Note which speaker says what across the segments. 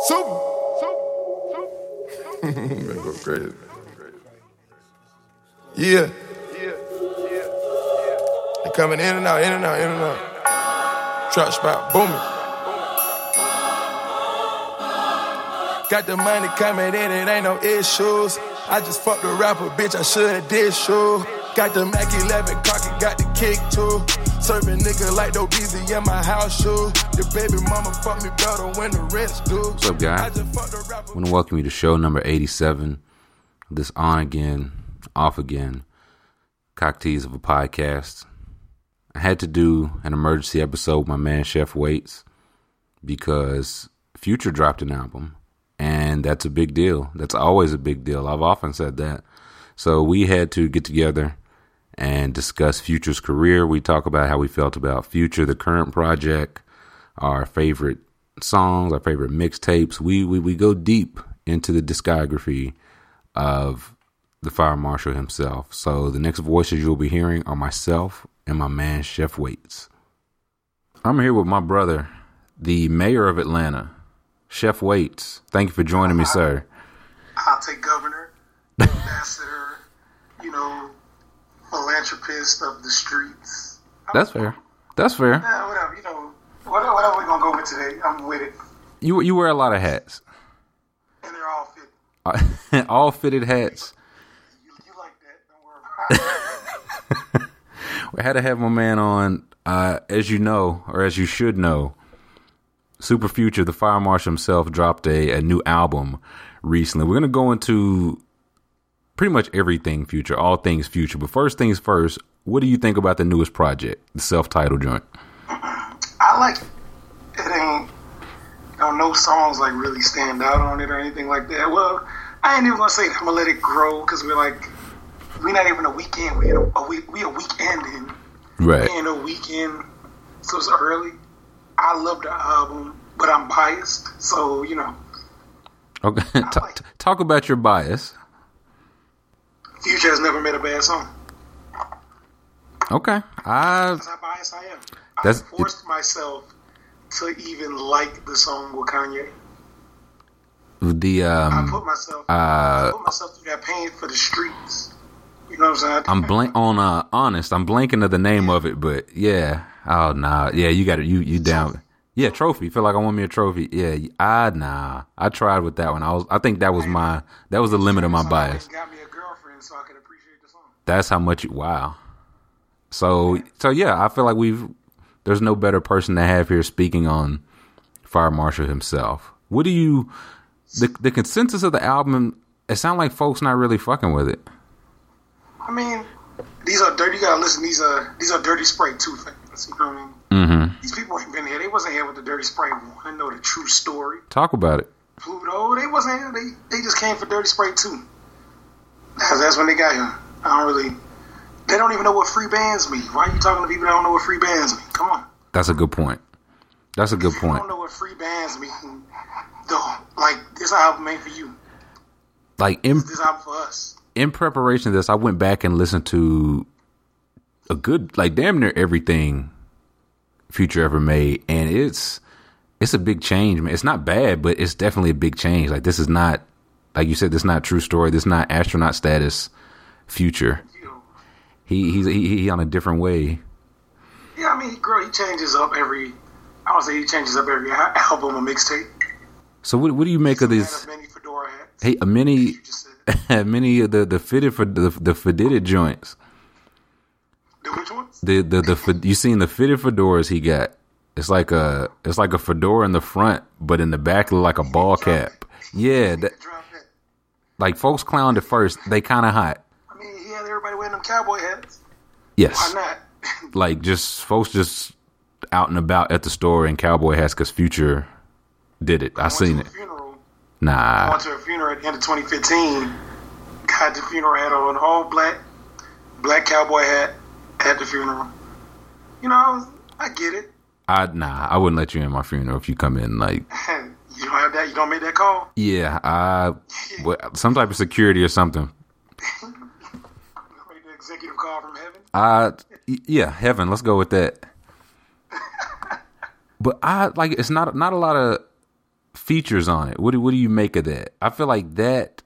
Speaker 1: Soup. They go crazy. Yeah. They coming in and out, in and out, in and out. Trap spot booming. Got the money coming in, it ain't no issues. I just fucked a rapper, bitch, I should've did shoe. Got the Mac 11 cocky, got the kick too. Serving nigga like no easy in my house shoe. The baby mama fuck me better when the rents do. What's
Speaker 2: up, guy?
Speaker 1: I just fucked a rapper.
Speaker 2: I want to welcome you to show number 87, this on again, off again, cocktease of a podcast. I had to do an emergency episode with my man Chef Waits because Future dropped an album, and that's a big deal. That's always a big deal. I've often said that. So we had to get together and discuss Future's career. We talk about how we felt about Future, the current project, our favorite songs, our favorite mixtapes. We, we we go deep into the discography of the fire marshal himself. So the next voices you'll be hearing are myself and my man Chef Waits. I'm here with my brother, the mayor of Atlanta, Chef Waits. Thank you for joining me, sir.
Speaker 3: I'll take governor, ambassador, you know, philanthropist of the streets.
Speaker 2: That's fair. That's fair.
Speaker 3: Yeah, whatever, you know, whatever, whatever we're going to go with today, I'm with it.
Speaker 2: You you wear a lot of hats,
Speaker 3: And they're all fit.
Speaker 2: all fitted hats.
Speaker 3: You, you like that, don't worry about it.
Speaker 2: I had to have my man on, uh, as you know, or as you should know, Super Future, the Fire Marshal himself, dropped a, a new album recently. We're going to go into pretty much everything future, all things future. But first things first, what do you think about the newest project, the self titled joint?
Speaker 3: I like it. It ain't, you know, no songs like really stand out on it or anything like that. Well, I ain't even going to say that. I'm going to let it grow because we're like, we're not even a weekend. We're a, a week, we a weekend in.
Speaker 2: Right.
Speaker 3: in a weekend, so it's early. I love the album, but I'm biased, so you know,
Speaker 2: Okay. talk, talk about your bias.
Speaker 3: Future has never made a bad song.
Speaker 2: Okay. I
Speaker 3: That's how biased I am.
Speaker 2: That's-
Speaker 3: I forced myself to even like the song with Kanye.
Speaker 2: the
Speaker 3: I
Speaker 2: um uh,
Speaker 3: put myself, I put myself through that pain for the streets. You know what I'm saying?
Speaker 2: I'm blank on uh honest. I'm blanking of the name of it, but yeah. Oh nah. Yeah, you got it. You you down. Yeah, trophy. Feel like I want me a trophy. Yeah, I nah. I tried with that one. I was. I think that was my. That was the limit of my
Speaker 3: So I
Speaker 2: bias.
Speaker 3: Got me a girlfriend, so I could appreciate the song.
Speaker 2: That's how much. Wow. So so yeah, I feel like we've. There's no better person to have here speaking on Fire Marshal himself. What do you? The the consensus of the album. It sound like folks not really fucking with it.
Speaker 3: I mean, these are dirty. You gotta listen. These are these are dirty Sprite two fans. You know what I mean?
Speaker 2: Mm-hmm.
Speaker 3: These people ain't been here. They wasn't here with the dirty Sprite one. I know the true story.
Speaker 2: Talk about it.
Speaker 3: Pluto, they wasn't here. They they just came for Dirty Sprite too. That's, that's when they got here. I don't really. They don't even know what free bands mean. Why are you talking to people that don't know what free bands mean? Come on.
Speaker 2: That's a good point. That's a good
Speaker 3: If you
Speaker 2: point.
Speaker 3: don't know what free bands mean, though, like this album ain't for you.
Speaker 2: like in
Speaker 3: This album for us.
Speaker 2: in preparation of this, I went back and listened to a good like damn near everything Future ever made, and it's it's a big change, man. It's not bad, but it's definitely a big change. Like this is not like you said, this is not true story. This is not astronaut status. Future,
Speaker 3: You know.
Speaker 2: he he's he, he on a different way.
Speaker 3: Yeah, I mean, he grow. He changes up every. I don't say he changes up every al- album or mixtape.
Speaker 2: So what what do you make of
Speaker 3: He had
Speaker 2: this?
Speaker 3: a mini fedora hat.
Speaker 2: Hey, a many
Speaker 3: You just said
Speaker 2: many of the the fitted for the the fitted joints.
Speaker 3: the which ones?
Speaker 2: the the the fe- you seen the fitted fedoras he got. It's like a it's like a fedora in the front, but in the back look like a ball cap. Yeah, that,
Speaker 3: Drop hat.
Speaker 2: like folks clowned at first. They kind of hot.
Speaker 3: I mean, he had everybody wearing them cowboy hats. Why
Speaker 2: Yes,
Speaker 3: not?
Speaker 2: like just folks just out and about at the store in cowboy hats because Future did it. I seen
Speaker 3: went
Speaker 2: it.
Speaker 3: to a Funeral. I
Speaker 2: Nah,
Speaker 3: went to a funeral at the end of 2015. Got the funeral hat on, all black, black cowboy hat at the funeral. You know, I, was, I get it.
Speaker 2: I nah, I wouldn't let you in my funeral if you come in like
Speaker 3: You don't have that. You don't make that call.
Speaker 2: yeah, I what, some type of security or something.
Speaker 3: You don't make the executive call from heaven.
Speaker 2: Uh, y- yeah, heaven. Let's go with that. but I like it's not not a lot of features on it. What do what do you make of that? I feel like that.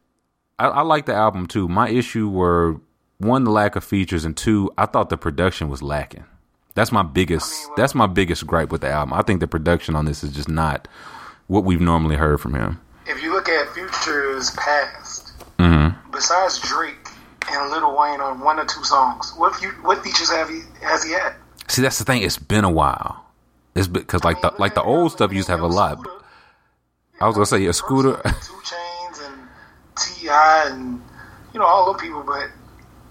Speaker 2: I, I like the album too. My issue were one the lack of features, and two I thought the production was lacking. That's my biggest. that's my biggest gripe with the album. I think the production on this is just not what we've normally heard from him.
Speaker 3: If you look at Future's past,
Speaker 2: Mm-hmm.
Speaker 3: besides Drake and Lil Wayne on one or two songs, what few, what features have he has he had?
Speaker 2: See, that's the thing. It's been a while. It's because like the like the old stuff used to have a lot.
Speaker 3: Scooter-
Speaker 2: I was gonna say a scooter.
Speaker 3: Two Chains and T.I. and you know all those people, but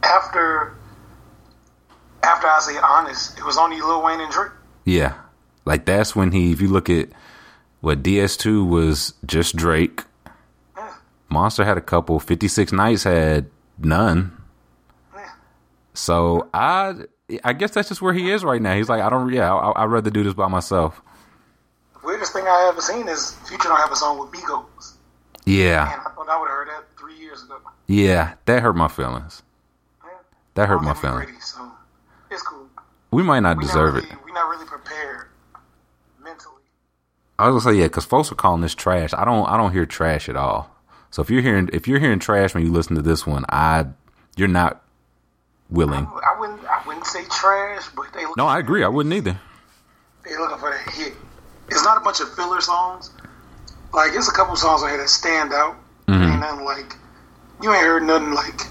Speaker 3: after after I say honest, it was only Lil Wayne and Drake.
Speaker 2: Yeah. Like that's when he if you look at what DS2 was just Drake.
Speaker 3: Yeah,
Speaker 2: Monster had a couple, 56 Nights had none.
Speaker 3: yeah.
Speaker 2: So I I guess that's just where he is right now. He's like I don't yeah, I I'd rather do this by myself.
Speaker 3: Weirdest thing I ever seen is Future don't have a song with Migos, and
Speaker 2: Yeah.
Speaker 3: I thought I would have heard that three years ago.
Speaker 2: Yeah, that hurt my feelings.
Speaker 3: Yeah.
Speaker 2: That hurt
Speaker 3: I'm
Speaker 2: my
Speaker 3: getting
Speaker 2: feelings.
Speaker 3: ready, so it's cool.
Speaker 2: We might not
Speaker 3: We not
Speaker 2: deserve it.
Speaker 3: really- We not really prepared mentally.
Speaker 2: I was gonna say yeah, because folks are calling this trash. I don't I don't hear trash at all. So if you're hearing if you're hearing trash when you listen to this one, I you're not willing.
Speaker 3: I wouldn't. I wouldn't say trash, but they.
Speaker 2: No, I agree. I wouldn't either.
Speaker 3: They're looking for that hit. It's not a bunch of filler songs. Like it's a couple songs on here that stand out.
Speaker 2: Mm-hmm.
Speaker 3: Ain't nothing like you ain't heard nothing like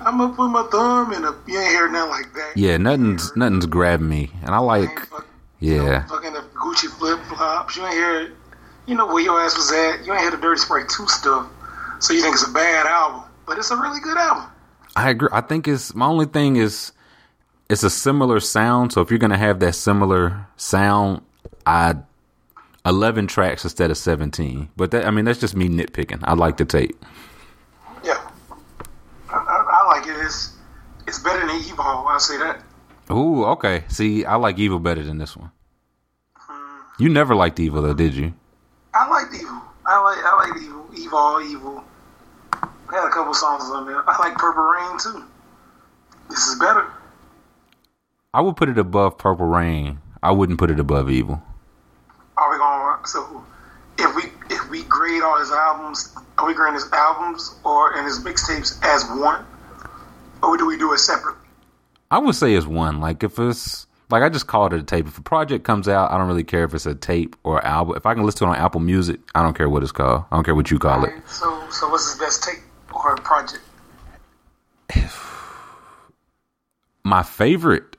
Speaker 3: I'm gonna put my thumb in a. You ain't heard nothing like that.
Speaker 2: Yeah, nothing's nothing's grabbing me, and I
Speaker 3: You
Speaker 2: like
Speaker 3: ain't fuck-
Speaker 2: yeah.
Speaker 3: fucking the Gucci flip flops. You ain't hear. You know where your ass was at. You ain't hear the Dirty Sprite two stuff. So you think it's a bad album, but it's a really good album.
Speaker 2: I agree. I think it's my only thing is it's a similar sound. So if you're gonna have that similar sound, I eleven tracks instead of seventeen. But that I mean that's just me nitpicking. I like the tape.
Speaker 3: Yeah, I, I, I like it. It's it's better than Evolve. I say that.
Speaker 2: Ooh, okay. See, I like Evil better than this one. You never liked Evil though, did you?
Speaker 3: I liked Evil. I like I liked Evil. Evil, Evil. They had a couple songs on there. I like Purple Rain too. This is better.
Speaker 2: I would put it above Purple Rain. I wouldn't put it above Evil.
Speaker 3: Are we going to so? If we if we grade all his albums, are we grading his albums or and his mixtapes as one, or do we do it separately?
Speaker 2: I would say it's one. Like if it's like I just call it a tape. If a project comes out, I don't really care if it's a tape or album. If I can listen to it on Apple Music, I don't care what it's called. I don't care what you call it.
Speaker 3: So so what's his best tape or project?
Speaker 2: My favorite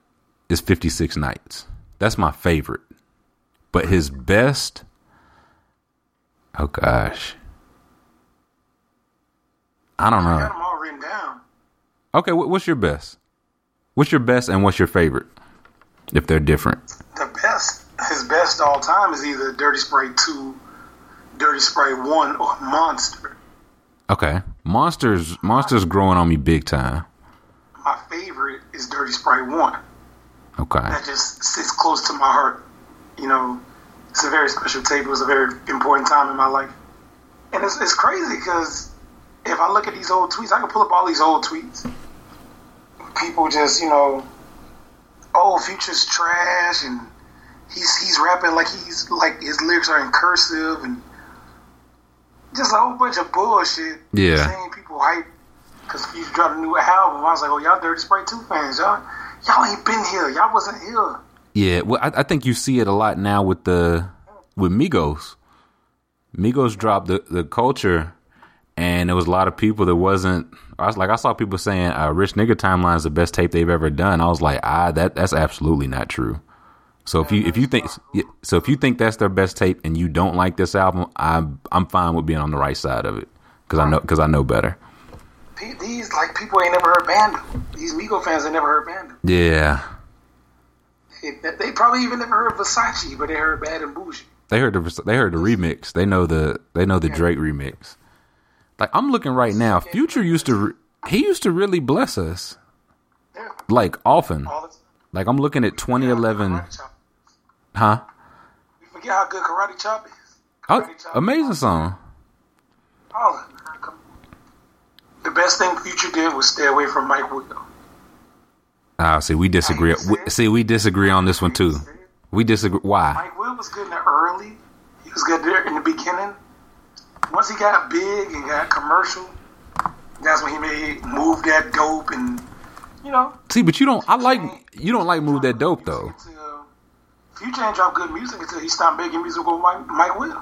Speaker 2: is Fifty Six Nights. That's my favorite. But his best Oh gosh. I don't
Speaker 3: I got
Speaker 2: know.
Speaker 3: them all written down.
Speaker 2: Okay, wh- what's your best? What's your best and what's your favorite? If they're different.
Speaker 3: the best, his best all time is either Dirty Sprite 2, Dirty Sprite 1, or Monster.
Speaker 2: Okay. Monsters Monsters growing on me big time.
Speaker 3: My favorite is Dirty Sprite 1.
Speaker 2: Okay.
Speaker 3: That just sits close to my heart. You know, it's a very special tape. It was a very important time in my life. And it's, it's crazy because if I look at these old tweets, I can pull up all these old tweets. People just, you know, oh, Future's trash and he's he's rapping like he's like his lyrics are in cursive and just a whole bunch of bullshit.
Speaker 2: Yeah.
Speaker 3: Saying people hype because Future dropped a new album. I was like, oh, y'all Dirty Sprite 2 fans. Y'all, y'all ain't been here. Y'all wasn't here.
Speaker 2: Yeah, well, I, I think you see it a lot now with the with Migos. Migos dropped the the culture, and there was a lot of people that wasn't. I was like, I saw people saying uh, "Rich Nigga Timeline" is the best tape they've ever done. I was like, ah, that that's absolutely not true. So if you if you think yeah, so if you think that's their best tape and you don't like this album, I'm I'm fine with being on the right side of it because I know because I know better.
Speaker 3: Pe- These, like, people ain't never heard Bando. These Migo fans ain't never heard Bando.
Speaker 2: Yeah,
Speaker 3: They, they probably even never heard Versace, but they heard Bad and Bougie.
Speaker 2: They heard the they heard the remix. They know the they know the Drake remix. Like I'm looking right now. Future used to re- he used to really bless us
Speaker 3: Yeah.
Speaker 2: like often.
Speaker 3: All this.
Speaker 2: Like I'm looking at 2011,
Speaker 3: Karate Chop.
Speaker 2: huh?
Speaker 3: You forget how good Karate Chop is.
Speaker 2: Oh, amazing song.
Speaker 3: All of it, man. Oh, Come on. The best thing Future did was stay away from Mike Wood.
Speaker 2: Ah, see we disagree. We, see we disagree on this one too. We disagree. Why?
Speaker 3: Mike Wood was good in the early, He was good there in the beginning. Once he got big and got commercial, that's when he made move that dope and you know.
Speaker 2: See, but you don't. I like you don't like move that dope though.
Speaker 3: Future ain't drop good music until he stopped making music with Mike, Mike Will.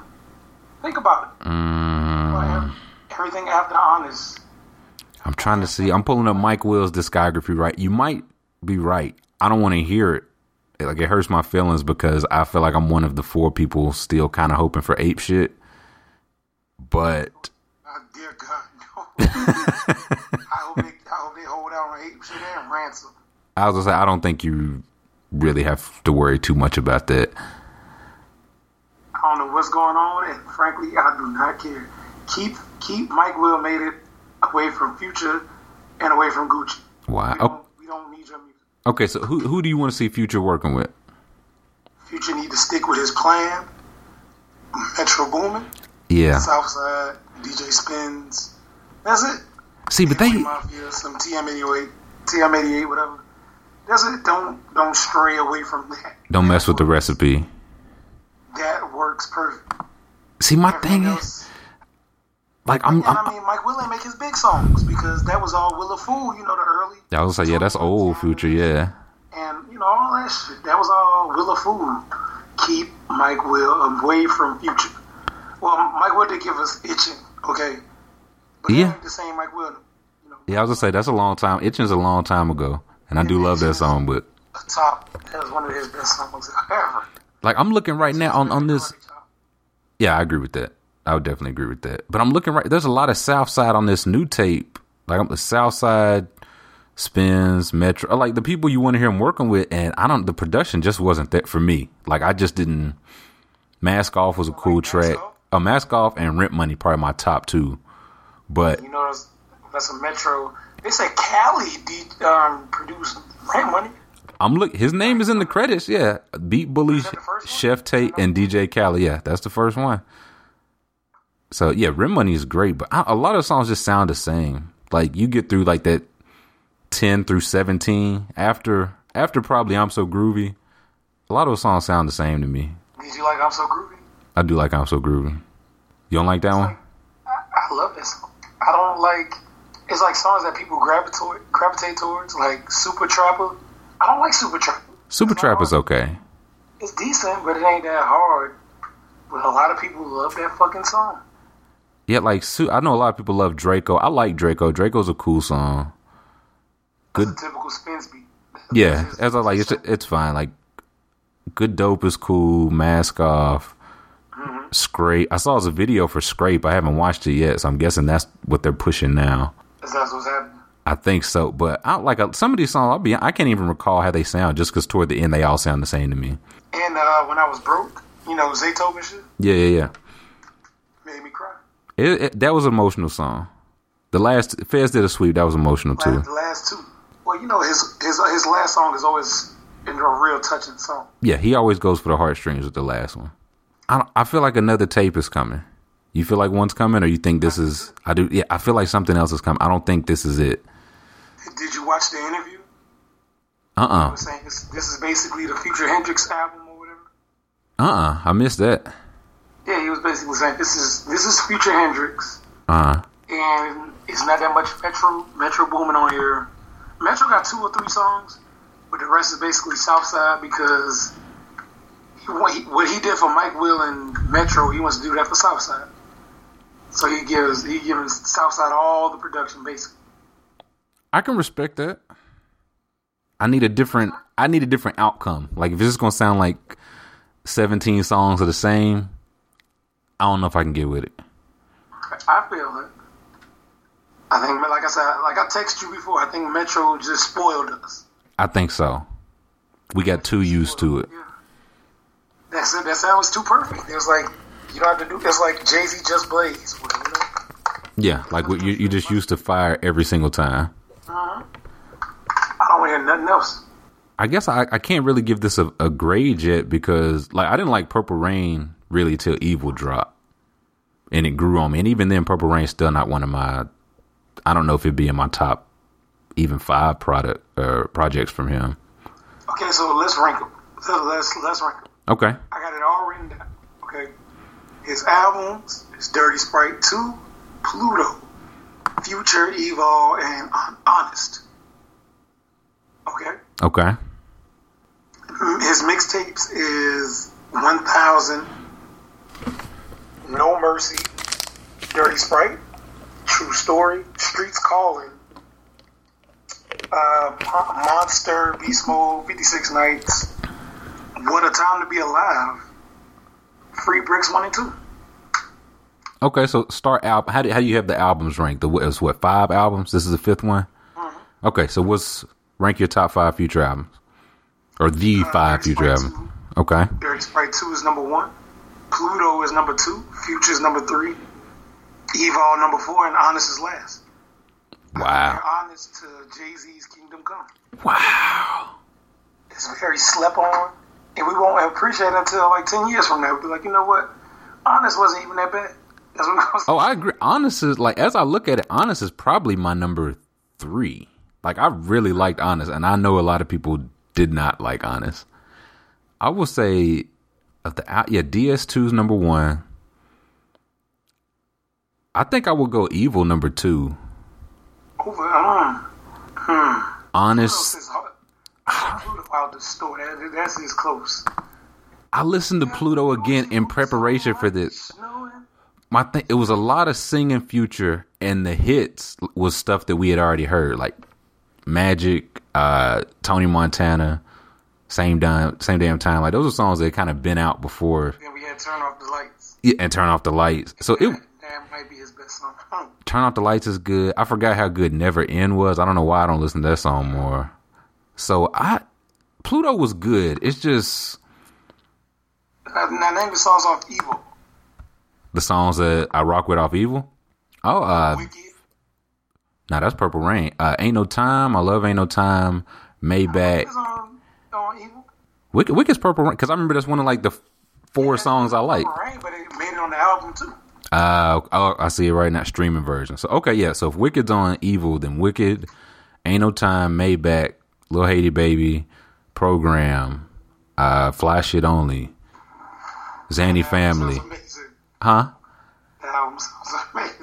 Speaker 3: Think about it.
Speaker 2: Mm,
Speaker 3: Everything after Honest.
Speaker 2: I'm trying to see. I'm pulling up Mike Will's discography. Right, you might be right. I don't want to hear it. It, Like it hurts my feelings because I feel like I'm one of the four people still kind of hoping for ape shit. But
Speaker 3: Oh, dear God, no. I, hope they, I hope they hold out on Ape Shit and Ransom.
Speaker 2: I was gonna say I don't think you really have to worry too much about that.
Speaker 3: I don't know what's going on, and frankly, I do not care. Keep keep Mike Will made it away from Future and away from Gucci.
Speaker 2: Why?
Speaker 3: We
Speaker 2: Oh,
Speaker 3: don't, we don't need your music.
Speaker 2: okay, so who who do you want to see Future working with?
Speaker 3: Future need to stick with his plan. Metro Boomin,
Speaker 2: Yeah.
Speaker 3: Southside, DJ Spins. That's it.
Speaker 2: See, but they
Speaker 3: Mafia, some TM88, TM88, whatever. That's it. Don't don't stray away from that.
Speaker 2: don't mess with the recipe.
Speaker 3: That works perfect.
Speaker 2: See, my
Speaker 3: Everything
Speaker 2: thing is
Speaker 3: else-
Speaker 2: like I'm.
Speaker 3: and
Speaker 2: I'm
Speaker 3: I mean, Mike Will ain't make his big songs because that was all Will of Fool, you know, the early
Speaker 2: I was like, yeah, that's old Future. Yeah.
Speaker 3: and you know all that shit. That was all Will of Fool. Keep Mike Will away from Future. Well, Mike Will did give us itching, okay, but
Speaker 2: Yeah.
Speaker 3: that ain't the same Mike Will. You know,
Speaker 2: Yeah, I was gonna say that's a long time. Itching's a long time ago, and I do love that song. But
Speaker 3: the top that was one of his best songs ever.
Speaker 2: like, I'm looking right now on on this. Yeah, I agree with that. I would definitely agree with that. But I'm looking right. There's a lot of Southside on this new tape. Like I'm the Southside spins Metro. Like the people you want to hear him working with, and I don't. The production just wasn't that for me. Like I just didn't. Mask off was a cool track. A mask off and rent money probably my top two. But
Speaker 3: You know, that's, that's a Metro. They said Cali de- um, produced Rent Money.
Speaker 2: I'm look. His name is in the credits. Yeah, Beat Bully,
Speaker 3: that the first one?
Speaker 2: Chef Tate, and DJ Khaled. Yeah, that's the first one. So yeah, Rim Money is great, but I, a lot of songs just sound the same. Like you get through like that ten through seventeen after after probably I'm so groovy. A lot of those songs sound the same to me.
Speaker 3: Did you like I'm So Groovy?
Speaker 2: I do like I'm so groovy. You don't like that one?
Speaker 3: I love that song. I don't like. It's like songs that people gravitate gravitate towards, like Super Trapper. I don't like Super Trapper.
Speaker 2: Super Trap is okay.
Speaker 3: It's decent, but it ain't that hard. But a lot of people love that fucking song.
Speaker 2: Yeah, like Su- I know a lot of people love Draco. I like Draco. Draco's a cool song.
Speaker 3: It's a typical Spins beat.
Speaker 2: Yeah, as I like, it's it's fine. Like, good dope is cool. Mask off. Scrape. I saw there's a video for Scrape. I haven't watched it yet, so I'm guessing that's what they're pushing now.
Speaker 3: That's that's what's happening.
Speaker 2: I think so, but I like uh, some of these songs. I'll be. I can't even recall how they sound, just because toward the end they all sound the same to me.
Speaker 3: And uh, when I was broke, you know, Zaytoven shit
Speaker 2: Yeah, yeah, yeah.
Speaker 3: made me cry.
Speaker 2: It, it, that was an emotional song. The last Fez did a sweep. That was emotional too.
Speaker 3: Like the last two. Well, you know, his his his last song is always a real touching song.
Speaker 2: Yeah, he always goes for the heartstrings with the last one. I don't, I feel like another tape is coming. You feel like one's coming, or you think this is? I do. Yeah, I feel like something else is coming. I don't think this is it.
Speaker 3: Did you watch the interview?
Speaker 2: Uh uh-uh,
Speaker 3: I'm saying this, this is basically the Future Hendrix album or whatever.
Speaker 2: uh. I missed that.
Speaker 3: Yeah, he was basically saying this is this is Future Hendrix,
Speaker 2: Uh.
Speaker 3: and it's not that much Metro Metro Boomin on here. Metro got two or three songs, but the rest is basically Southside because he, what, he, what he did for Mike Will and Metro, he wants to do that for Southside. So he gives he giving Southside all the production basically.
Speaker 2: I can respect that. I need a different. I need a different outcome. Like if it's just gonna sound like seventeen songs are the same, I don't know if I can get with it.
Speaker 3: I feel it. I think, like I said, like I texted you before, I think Metro just spoiled us.
Speaker 2: I think so. We got too used to it.
Speaker 3: That's it. That sounds too perfect. It was like you don't have to do. It's like Jay Z just blaze. You know?
Speaker 2: Yeah, like we- you you just used to fire every single time.
Speaker 3: I don't want to hear nothing else.
Speaker 2: I guess I, I can't really give this a, a grade yet because like I didn't like Purple Rain really till Evil dropped, and it grew on me. And even then, Purple Rain still not one of my. I don't know if it'd be in my top, even five product uh, projects from him.
Speaker 3: Okay, so let's rank them. Let's let's rank 'em.
Speaker 2: Okay,
Speaker 3: I got it all written down. Okay, His albums is Dirty Sprite 2, Pluto, Future Evil, and Hon- Honest. Okay?
Speaker 2: Okay.
Speaker 3: Mm, His mixtapes is 1000, No Mercy, Dirty Sprite, True Story, Streets Calling, uh, Mon- Monster, Beast Mode, 56 Nights, What a Time to Be Alive, Free Bricks 1 and 2.
Speaker 2: Okay, so start album. How do how do you have the albums ranked? The it's what five albums? This is the fifth one. Okay, so what's rank your top five future albums or the
Speaker 3: Uh,
Speaker 2: five
Speaker 3: Dirty
Speaker 2: future
Speaker 3: Sprite
Speaker 2: albums? Okay,
Speaker 3: Dirty Sprite 2 is number one. Pluto is number two. Future is number three. Evil number four. And Honest is last.
Speaker 2: wow,
Speaker 3: Honest to Jay Z's Kingdom Come.
Speaker 2: wow,
Speaker 3: It's very slept on. And we won't appreciate it until like 10 years from now. We'll be like, you know what? Honest wasn't even that bad. That's what I'm
Speaker 2: Oh, I agree. Honest is like as I look at it, honest is probably my number three. Like I really liked honest, and I know a lot of people did not like honest. I will say of the out yeah, DS 2s number one. I think I will go evil number two.
Speaker 3: over. Um,
Speaker 2: Honest
Speaker 3: Pluto out the store. That, that's as close.
Speaker 2: I listened to Pluto again in preparation for this.
Speaker 3: Snowing.
Speaker 2: My thing it was a lot of singing future and the hits was stuff that we had already heard, like Magic, uh, Tony Montana, same time same damn time. Like those are songs that had kind of been out before
Speaker 3: Then we had Turn Off the Lights.
Speaker 2: Yeah, and Turn Off the Lights. So it
Speaker 3: That might be his best song. Hmm.
Speaker 2: Turn Off the Lights is good. I forgot how good Never End was. I don't know why I don't listen to that song more. So I Pluto was good. It's just
Speaker 3: Uh, now, name the songs off Evil.
Speaker 2: the songs that I rock with off evil. Oh, uh
Speaker 3: Wicked.
Speaker 2: Now that's Purple Rain. Uh, ain't no time. I love ain't no time. Maybach.
Speaker 3: It's on, on Evil.
Speaker 2: Wicked, Wicked's Purple Rain because I remember that's one of like the f- four songs I like.
Speaker 3: Right, but it made it on the album too.
Speaker 2: Uh, oh, I see it right now. Streaming version. So okay, yeah. So if Wicked's on Evil, then Wicked, ain't no time. Maybach, Lil Haiti Baby, Program, uh, Fly Shit Only, Zanny Family,
Speaker 3: Sounds amazing.
Speaker 2: huh?
Speaker 3: That album sounds amazing.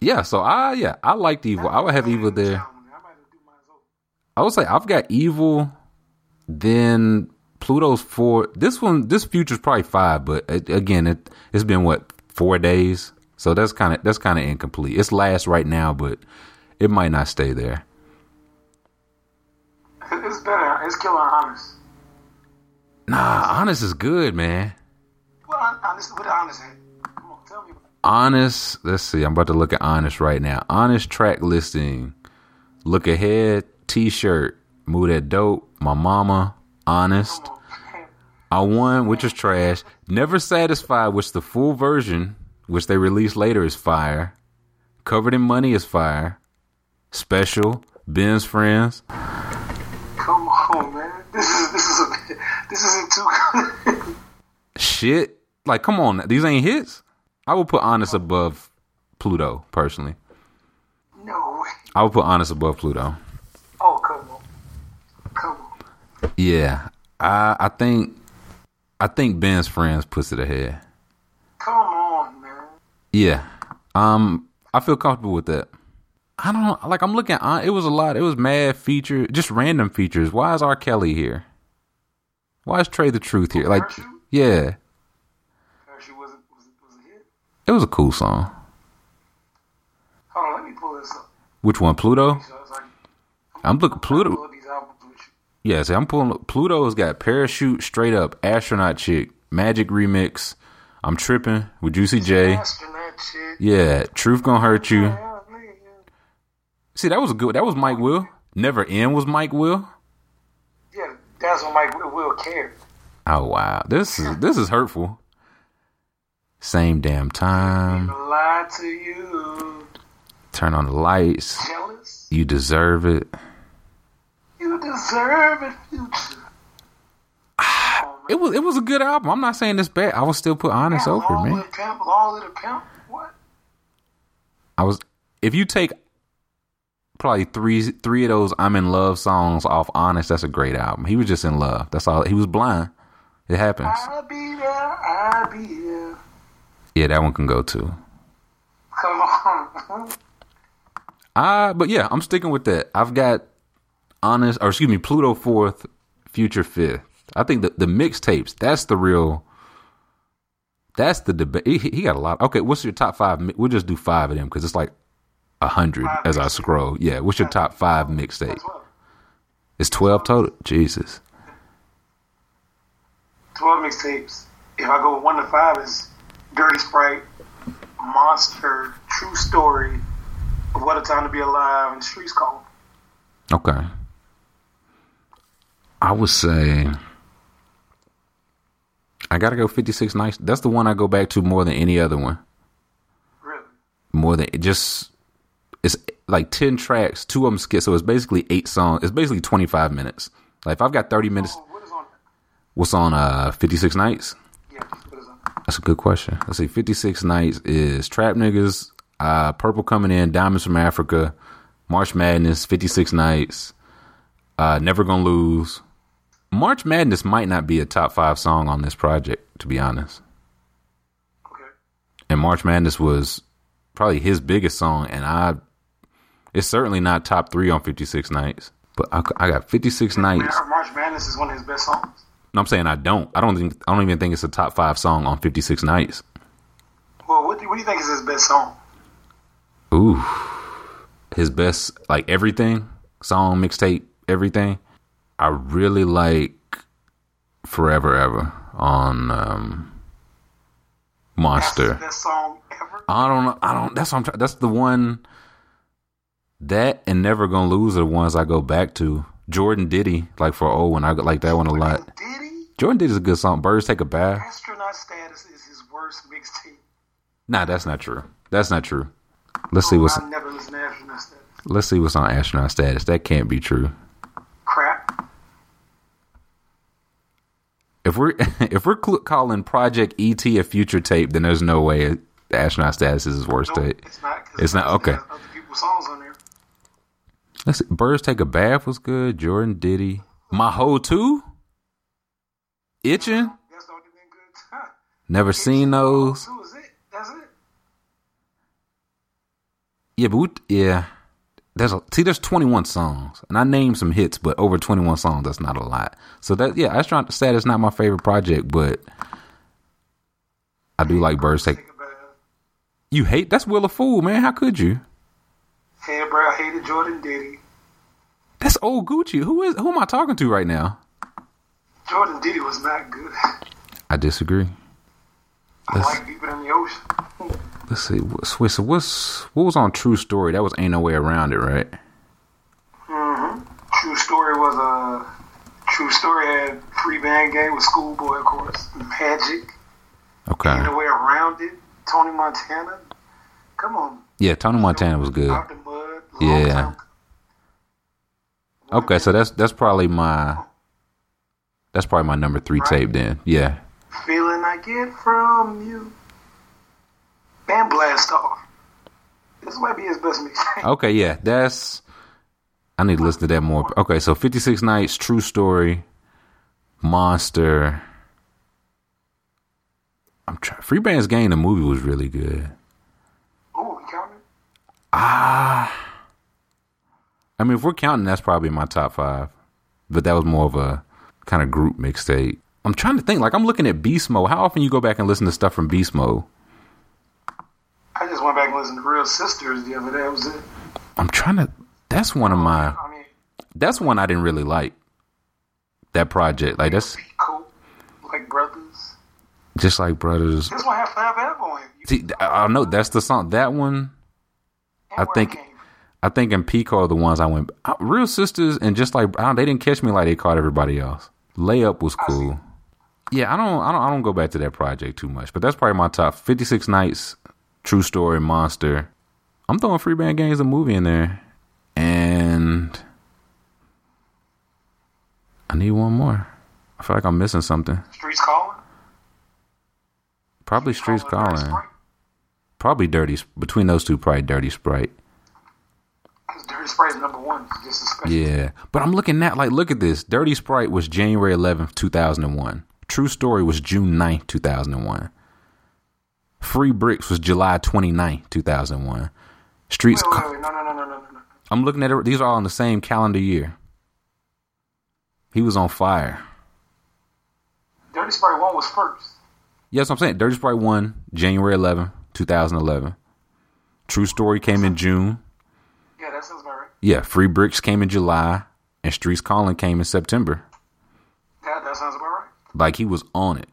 Speaker 2: Yeah. So I yeah I liked Evil. I would have Evil there.
Speaker 3: Album. I might do mine over.
Speaker 2: I would say I've got Evil, then Pluto's four. This one, this Future's probably five, but a- again, it it's been what four days, so that's kind of that's kind of incomplete. It's last right now, but it might not stay there.
Speaker 3: It- It's better. It's Killer Honest.
Speaker 2: Nah, Honest is good, man.
Speaker 3: What Hon- Honest? What Honest had? Come on, tell me. about it.
Speaker 2: Honest, let's see. I'm about to look at Honest right now. Honest track listing. Look ahead, T-shirt, move that dope, my mama, Honest.
Speaker 3: Come on.
Speaker 2: I won, which is trash. Never satisfied, which the full version, which they released later, is fire. Covered in money is fire. Special, Ben's friends.
Speaker 3: Come on, man. This is this is a this isn't too good.
Speaker 2: Shit, like come on, these ain't hits. I would put Honest above Pluto personally.
Speaker 3: no way.
Speaker 2: I would put Honest above Pluto.
Speaker 3: Oh, come on. Come on.
Speaker 2: Yeah, I I think I think Ben's friends puts it ahead.
Speaker 3: Come on, man.
Speaker 2: Yeah. Um, I feel comfortable with that. I don't know. Like I'm looking. I, it was a lot. It was mad feature, just random features. Why is R. Kelly here? Why is Trey the Truth here? Like,
Speaker 3: Hershey?
Speaker 2: yeah,
Speaker 3: Hershey wasn't was, was a hit.
Speaker 2: it was a cool song.
Speaker 3: Hold on, let me pull this up.
Speaker 2: Which one, Pluto?
Speaker 3: So it's like
Speaker 2: I'm looking Pluto.
Speaker 3: pull up these albums with you.
Speaker 2: Yeah, see, I'm pulling. Pluto's got parachute, straight up astronaut chick, magic remix. I'm tripping with Juicy J.
Speaker 3: Asking that shit.
Speaker 2: Yeah, truth gonna hurt you.
Speaker 3: Yeah, man, yeah.
Speaker 2: See, that was a good. That was Mike Will. Never end was Mike Will.
Speaker 3: Yeah, that's when Mike Will- Will cared.
Speaker 2: Oh wow, this is this is hurtful. Same damn time.
Speaker 3: Lie to you.
Speaker 2: Turn on the lights.
Speaker 3: Jealous?
Speaker 2: You deserve it.
Speaker 3: You deserve it, future.
Speaker 2: It was it was a good album. I'm not saying this bad. I would still put Honest over,
Speaker 3: Long
Speaker 2: man.
Speaker 3: Little Pimp, Long Little Pimp? What?
Speaker 2: I was if you take probably three three of those I'm in love songs off Honest, that's a great album. He was just in love. That's all. He was blind. It happens.
Speaker 3: I'll be there, I'll be there.
Speaker 2: Yeah, that one can go too.
Speaker 3: Come on.
Speaker 2: Ah, but yeah, I'm sticking with that. I've got honest, or excuse me, Pluto fourth, Future fifth. I think the the mixtapes. That's the real. That's the debate. He, he got a lot. Okay, what's your top five? mi- We'll just do five of them because it's like a hundred
Speaker 3: Five
Speaker 2: as I
Speaker 3: mixtapes.
Speaker 2: scroll. Yeah, what's your top five mixtape?
Speaker 3: 12.
Speaker 2: It's twelve total. Jesus.
Speaker 3: 12 mixtapes. If I go 1 to 5, is Dirty Sprite, Monster, True Story, of What a Time to Be Alive, and Streets Call.
Speaker 2: Okay. I would say I gotta go fifty six nights. That's the one I go back to more than any other one.
Speaker 3: Really?
Speaker 2: More than it just it's like ten tracks, two of them skits, so it's basically eight songs. It's basically twenty five minutes. Like if I've got thirty minutes,
Speaker 3: Oh, what is on that?
Speaker 2: what's on uh fifty six nights?
Speaker 3: Yeah, what is on that?
Speaker 2: That's a good question. Let's see. 56 Nights is Trap Niggas, uh, Purple Coming In, Diamonds from Africa, March Madness, 56 Nights, uh, Never Gonna Lose. March Madness might not be a top five song on this project, to be honest.
Speaker 3: Okay.
Speaker 2: And March Madness was probably his biggest song, and I, it's certainly not top three on 56 Nights. But I, I got 56
Speaker 3: Man,
Speaker 2: Nights.
Speaker 3: March Madness is one of his best songs.
Speaker 2: No, I'm saying I don't. I don't think. I don't even think it's a top five song on 56 Nights.
Speaker 3: Well, what do, what do you think is his best song?
Speaker 2: Ooh, his best like everything song, mixtape, everything. I really like "Forever Ever" on um,
Speaker 3: That's his
Speaker 2: Monster.
Speaker 3: best song ever?
Speaker 2: I don't know. I don't. That's what I'm. Try- that's the one. That and "Never Gonna Lose" are the ones I go back to. Jordan Diddy, like for old one, I like that one a lot.
Speaker 3: Diddy?
Speaker 2: Jordan Diddy's a good song. Birds take a bath.
Speaker 3: Astronaut Status is his worst mixtape.
Speaker 2: Nah, that's not true. That's not true. Let's see what's
Speaker 3: I've never listened to Astronaut Status.
Speaker 2: let's see what's on astronaut status. That can't be true.
Speaker 3: Crap.
Speaker 2: if we're if we're cl- calling Project ET a future tape, then there's no way the astronaut status is his worst
Speaker 3: No,
Speaker 2: tape.
Speaker 3: it's not. 'cause
Speaker 2: It's not,
Speaker 3: it has
Speaker 2: okay.
Speaker 3: Other people's songs on there.
Speaker 2: Let's see, birds take a bath was good. Jordan Diddy, my hoe too. Itching,
Speaker 3: That's the only thing good. Huh.
Speaker 2: never seen those.
Speaker 3: Who is it? That's it.
Speaker 2: Yeah, but we, yeah, there's a see. There's 21 songs, and I named some hits, but over 21 songs, that's not a lot. So that yeah, astronaut status not my favorite project, but I do like birds take.
Speaker 3: Think about it.
Speaker 2: You hate that's Will of Fool, man. How could you?
Speaker 3: Hey, bro, I hated Jordan Diddy.
Speaker 2: That's old Gucci. Who is who am I talking to right now?
Speaker 3: Jordan Diddy was not good.
Speaker 2: I disagree.
Speaker 3: I
Speaker 2: That's-
Speaker 3: like deeper than the ocean.
Speaker 2: Let's see. what- Wait, so what's what was on True Story? That was Ain't No Way Around It, right?
Speaker 3: True Story was a true story had free band game with Schoolboy, of course. Magic.
Speaker 2: Okay.
Speaker 3: Ain't no way around it. Tony Montana. Come on.
Speaker 2: Yeah, Tony Montana was good.
Speaker 3: Out the mud. Long
Speaker 2: Yeah.
Speaker 3: Time.
Speaker 2: Okay, so that's that's probably my that's probably my number three tape then. Yeah.
Speaker 3: Feeling I get from you. Man, blast off. This might be his best mixtape.
Speaker 2: Okay, yeah, that's I need to listen to that more. Okay, so Fifty Six Nights, True Story, Monster. I'm trying. Free Band's Game, the movie was really good.
Speaker 3: Oh, you counted?
Speaker 2: I mean, if we're counting, that's probably my top five. But that was more of a kind of group mixtape. I'm trying to think. Like I'm looking at Beast Mode. How often you go back and listen to stuff from Beast Mode?
Speaker 3: I just went back and listened to Real Sisters the other day. That was it.
Speaker 2: I'm trying to. That's one of my.
Speaker 3: I mean,
Speaker 2: That's one I didn't really like. That project, like that's
Speaker 3: cool. Like brothers.
Speaker 2: just like brothers.
Speaker 3: This one had Fab Ev on it. You
Speaker 2: See, I I know that's the song. That one,
Speaker 3: know where it
Speaker 2: think-
Speaker 3: came from.
Speaker 2: I think, and Pico are the ones I went. I- Real Sisters and just like I- they didn't catch me like they caught everybody else. Layup was cool. Yeah, I don't, I don't, I don't go back to that project too much, but that's probably my top. Fifty Six Nights, True Story, Monster. I'm throwing Free Band Games a movie in there, and I need one more. I feel like I'm missing something.
Speaker 3: Streets Calling.
Speaker 2: Probably Streets
Speaker 3: Calling Dirty
Speaker 2: Calling.
Speaker 3: Sprite.
Speaker 2: Probably Dirty. Sp- Between those two, probably Dirty Sprite.
Speaker 3: 'Cause Dirty Sprite's number one. Just a special.
Speaker 2: Yeah, but I'm looking at like look at this. Dirty Sprite was January 11th, 2001. True Story was June 9th, 2001. Free Bricks was July 29, 2001. Streets.
Speaker 3: Wait, wait, wait, no, no, no, no, no, no. no.
Speaker 2: I'm looking at it. These are all in the same calendar year. He was on fire.
Speaker 3: Dirty Sprite One was first.
Speaker 2: Yes, I'm saying Dirty Sprite 1, January 11, 2011. True Story came in June.
Speaker 3: Yeah, that sounds about right.
Speaker 2: Yeah, Free Bricks came in July. And Streets Calling came in September.
Speaker 3: That that sounds about right.
Speaker 2: Like he was on it.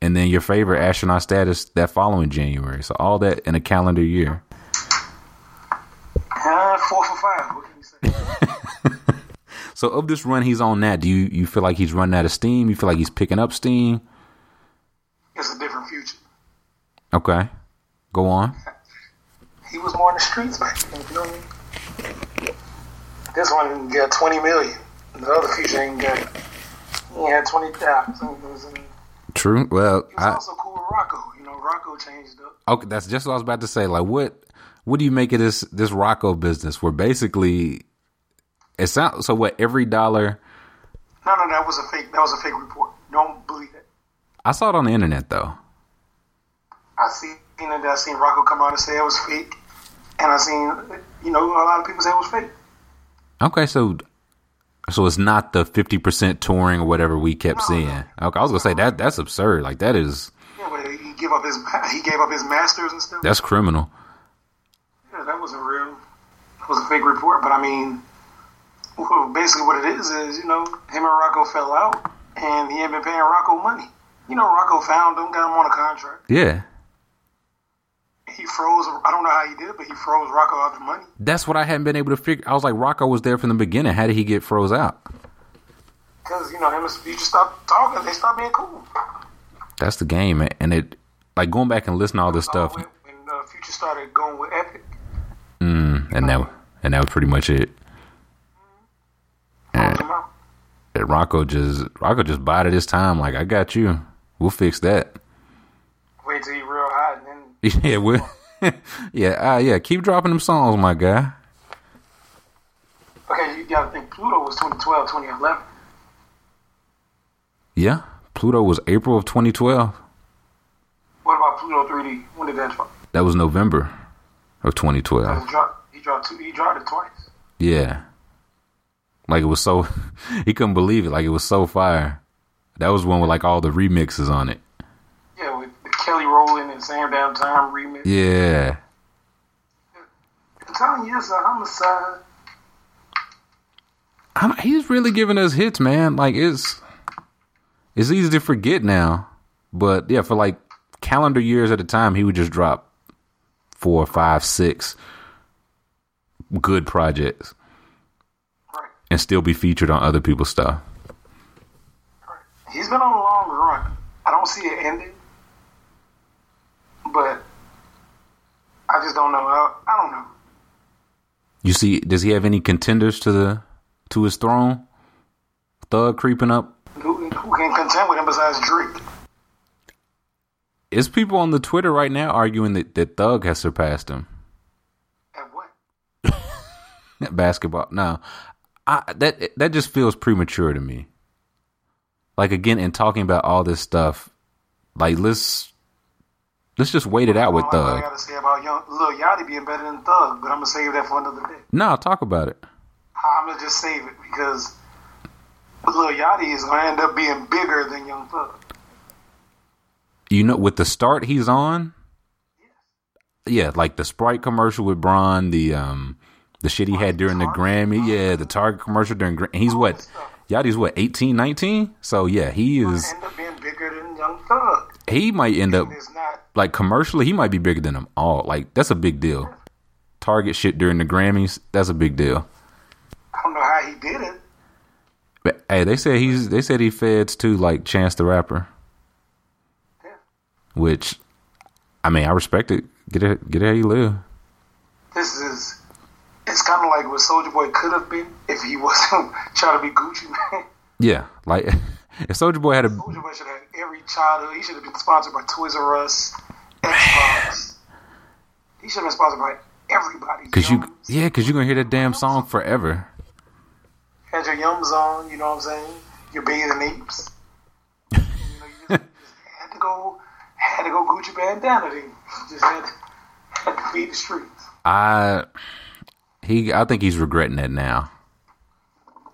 Speaker 2: And then your favorite astronaut status that following January. So all that in a calendar year.
Speaker 3: Uh, four for five. What can you say?
Speaker 2: So of this run he's on that, do you, you feel like he's running out of steam? You feel like he's picking up steam?
Speaker 3: it's a different future.
Speaker 2: Okay. Go on.
Speaker 3: He was more in the streets back then. You know what I mean? This one got 20 million. The other future ain't got. He had 20,000. He was
Speaker 2: True. Well, I,
Speaker 3: also cool with Rocco. You know, Rocco changed up.
Speaker 2: okay, that's just what I was about to say. Like, what what do you make of this this Rocco business? Where basically, it sounds so. What every dollar
Speaker 3: No, no, that was a fake. That was a fake report. Don't believe it.
Speaker 2: I saw it on the internet though.
Speaker 3: I seen it. I seen Rocco come out and say it was fake, and I seen you know a lot of people say it was fake.
Speaker 2: Okay, so so it's not the fifty percent touring or whatever we kept seeing. Okay, I was gonna say that that's absurd. Like that is
Speaker 3: Yeah, but he gave up his he gave up his masters and stuff.
Speaker 2: that's criminal.
Speaker 3: Yeah, that wasn't real. That was a fake report, but I mean, well, basically what it is is, you know, him and Rocco fell out, and he ain't been paying Rocco money. You know, Rocco found him, got him on a contract.
Speaker 2: Yeah,
Speaker 3: He froze, I don't know how he did it, but he froze Rocco out the money.
Speaker 2: that's what I hadn't been able to figure. I was like, Rocco was there from the beginning. How did he get froze out?
Speaker 3: Because, you know, him and Speech just stopped talking, they stopped being cool.
Speaker 2: That's the game, man. and it like going back and listening to all this
Speaker 3: Uh,
Speaker 2: stuff,
Speaker 3: when when uh, Future started going with Epic,
Speaker 2: and that and that was pretty much it.
Speaker 3: froze him out.
Speaker 2: that Rocco just Rocco just bided his time. Like I got you, we'll fix that.
Speaker 3: wait till he real hot, and then
Speaker 2: yeah, we. yeah, uh, yeah. Keep dropping them songs, my guy.
Speaker 3: Okay, you gotta think Pluto was 2012, 2011.
Speaker 2: Yeah, Pluto was April of 2012.
Speaker 3: What about Pluto 3D? When did that drop?
Speaker 2: That was November of 2012.
Speaker 3: He dropped, he dropped, two, he dropped it twice.
Speaker 2: Yeah, like it was so he couldn't believe it. Like it was so fire. That was one with like all the remixes on it.
Speaker 3: Yeah, with the Kelly Rowland and Sam Downtime remix.
Speaker 2: Yeah,
Speaker 3: I'm telling you, it's a homicide.
Speaker 2: I'm, he's really giving us hits, man. Like it's it's easy to forget now, but yeah, for like calendar years at a time, he would just drop four, five, six good projects
Speaker 3: Right.
Speaker 2: and still be featured on other people's stuff.
Speaker 3: He's been on a long run. I don't see it ending, but I just don't know. I, I don't know.
Speaker 2: You see, does he have any contenders to the to his throne? Thug creeping up.
Speaker 3: Who, who can contend with him besides Drake?
Speaker 2: It's people on the Twitter right now arguing that, that Thug has surpassed him.
Speaker 3: At what?
Speaker 2: basketball. No, I, that that just feels premature to me. Like again, in talking about all this stuff, like let's let's just wait it out with
Speaker 3: I don't know what I
Speaker 2: Thug.
Speaker 3: gotta say about young, Lil Yachty being better than Thug, but I'm gonna save that for another day.
Speaker 2: No, talk about it.
Speaker 3: I'm gonna just save it because Lil Yachty is gonna end up being bigger than Young Thug.
Speaker 2: You know, with the start he's on, yeah, like the Sprite commercial with Braun, the um, the shit he had during the Grammy, yeah, the Target commercial during Gra- and he's what. Yachty's what 18, 19? So yeah, he is.
Speaker 3: End up being bigger than Young Thug.
Speaker 2: He might end up
Speaker 3: It's not.
Speaker 2: like commercially, he might be bigger than them all. Like that's a big deal. Target shit during the Grammys, that's a big deal.
Speaker 3: I don't know how he did it.
Speaker 2: But hey, they said he's they said he feds too, like Chance the Rapper,
Speaker 3: Yeah.
Speaker 2: which I mean I respect it. Get it, get it how you live.
Speaker 3: this is it's kind of like what Soldier Boy could have been if he wasn't trying to be Gucci man.
Speaker 2: Yeah, like if Soldier Boy had a
Speaker 3: Soldier Boy should have had every childhood. He should have been sponsored by Toys R Us, Xbox. he should have been sponsored by everybody.
Speaker 2: because you
Speaker 3: Yums.
Speaker 2: yeah because you're gonna hear that damn song forever.
Speaker 3: had your yums on. You know what I'm saying? Your bathing apes. you know, you just, you just had to go. Had to go Gucci bandana. Then just had to, had to feed the streets.
Speaker 2: I he I think he's regretting that now.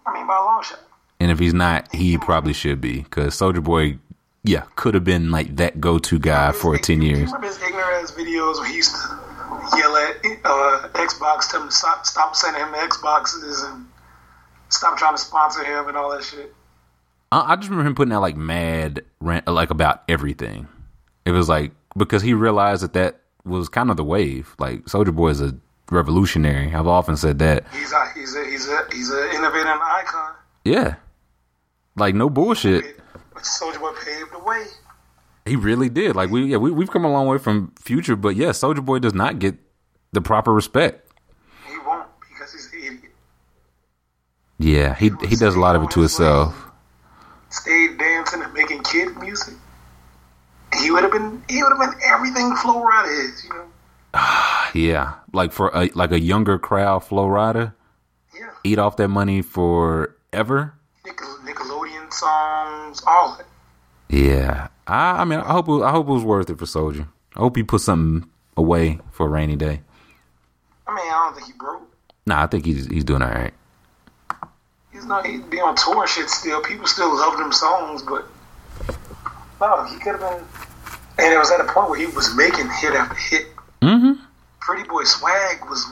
Speaker 3: I mean, by a long shot.
Speaker 2: And if he's not, he probably should be because Soldier Boy, yeah, could have been like that go-to guy for
Speaker 3: His-
Speaker 2: ten
Speaker 3: you
Speaker 2: years.
Speaker 3: Remember his ignorant ass videos where he used to yell at uh, Xbox, tell him to stop, stop sending him Xboxes and stop trying to sponsor him and all that shit.
Speaker 2: I, I just remember him putting out like mad rant, like about everything. It was like because he realized that that was kind of the wave. Like Soldier Boy is a revolutionary. I've often said that.
Speaker 3: He's a he's a he's a he's an innovator and an icon.
Speaker 2: Yeah, like no bullshit.
Speaker 3: But Soldier Boy paved the way.
Speaker 2: He really did. Like we yeah we we've come a long way from Future, but yeah, Soldier Boy does not get the proper respect.
Speaker 3: He won't because he's an idiot.
Speaker 2: Yeah, he he does a lot of it to himself.
Speaker 3: Stayed dancing and making kid music. He would have been he would have been everything Flo Rida is, you know.
Speaker 2: Yeah, like for a like a younger crowd, Flow Rider
Speaker 3: Yeah,
Speaker 2: eat off that money forever.
Speaker 3: Nickel- Nickelodeon songs, all that.
Speaker 2: Yeah, I I mean I hope it, I hope it was worth it for Soldier. I hope he put something away for a rainy day.
Speaker 3: I mean, I don't think he broke.
Speaker 2: Nah, I think he's he's doing all right.
Speaker 3: He's not. He be on tour and shit still. People still love them songs, but no, he could have been. And it was at a point where he was making hit after hit.
Speaker 2: Mm-hmm.
Speaker 3: Pretty Boy Swag was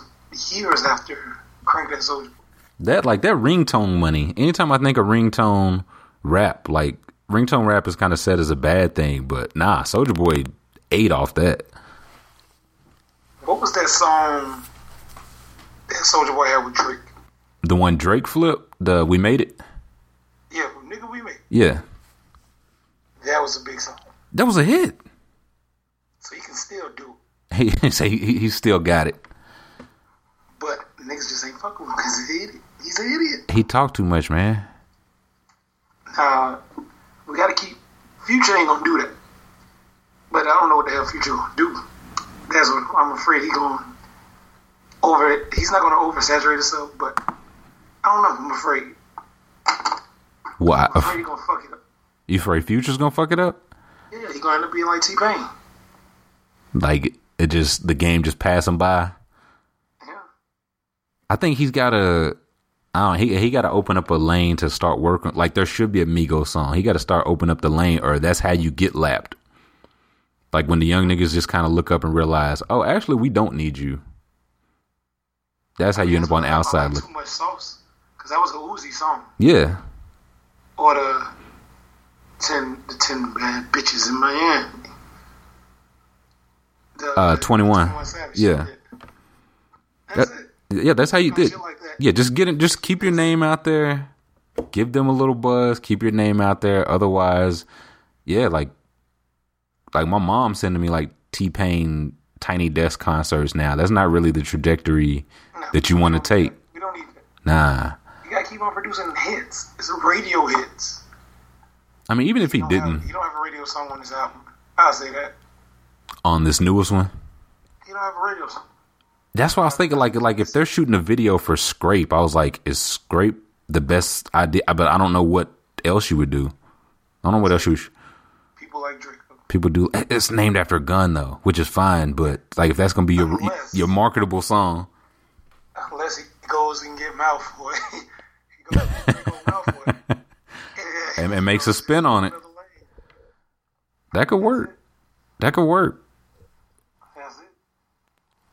Speaker 3: years after Crank That Soldier.
Speaker 2: That like that ringtone money. Anytime I think of ringtone rap, like ringtone rap is kind of said as a bad thing, but nah, Soldier Boy ate off that.
Speaker 3: What was that song that Soldier Boy had with Drake?
Speaker 2: The one Drake flip, the we made it.
Speaker 3: Yeah, nigga, we made. it.
Speaker 2: Yeah,
Speaker 3: That was a big song.
Speaker 2: that was a hit.
Speaker 3: So he can still do it,
Speaker 2: He so he, he he still got it.
Speaker 3: but niggas just ain't fucking with him because he's an idiot. He's an idiot.
Speaker 2: He talked too much, man.
Speaker 3: Nah, Uh, we gotta keep. Future ain't gonna do that. But I don't know what the hell Future gonna do. That's what I'm afraid he going over. He's not gonna oversaturate himself, but I don't know. I'm afraid.
Speaker 2: What?
Speaker 3: I'm afraid he gonna fuck it up.
Speaker 2: You afraid Future's gonna fuck it up?
Speaker 3: Yeah, he gonna end up being like T Pain.
Speaker 2: Like it just the game just passing by.
Speaker 3: Yeah.
Speaker 2: I think he's got to. I don't. He he got to open up a lane to start working. Like there should be a Migos song. He got to start opening up the lane, or that's how you get lapped. Like when the young niggas just kind of look up and realize, oh, actually, we don't need you. That's how you end up on the outside. Look.
Speaker 3: Too much sauce, cause that was a Uzi song.
Speaker 2: Yeah,
Speaker 3: Or the ten, the ten bad bitches in Miami. The,
Speaker 2: Uh, 21.
Speaker 3: Savage.
Speaker 2: Yeah.
Speaker 3: That's
Speaker 2: That-
Speaker 3: it.
Speaker 2: yeah. That's how you did.
Speaker 3: Shit like that.
Speaker 2: Yeah, just get it. Just keep your name out there. Give them a little buzz. Keep your name out there. Otherwise, yeah, like like my mom sending me like T Pain Tiny Desk concerts now. That's not really the trajectory that you want to take.
Speaker 3: We don't need that.
Speaker 2: Nah.
Speaker 3: You gotta keep on producing hits. It's radio hits.
Speaker 2: I mean, even if he
Speaker 3: You don't Have,
Speaker 2: didn't
Speaker 3: you don't have a radio song on this album. I'll say that.
Speaker 2: on this newest one,
Speaker 3: You don't have a radio song.
Speaker 2: that's why I was thinking like like if they're shooting a video for Scrape, I was like, is Scrape the best idea? But I don't know what else you would do. I don't know what else you. Would
Speaker 3: People like Drake.
Speaker 2: people do it's named after a gun though which is fine but like if that's gonna be your
Speaker 3: Unless-
Speaker 2: your marketable song
Speaker 3: Unless he goes and get Malfoy. he goes and get Malfoy. Yeah,
Speaker 2: and, and makes a spin on it
Speaker 3: another lane.
Speaker 2: that could work that could work
Speaker 3: That's it.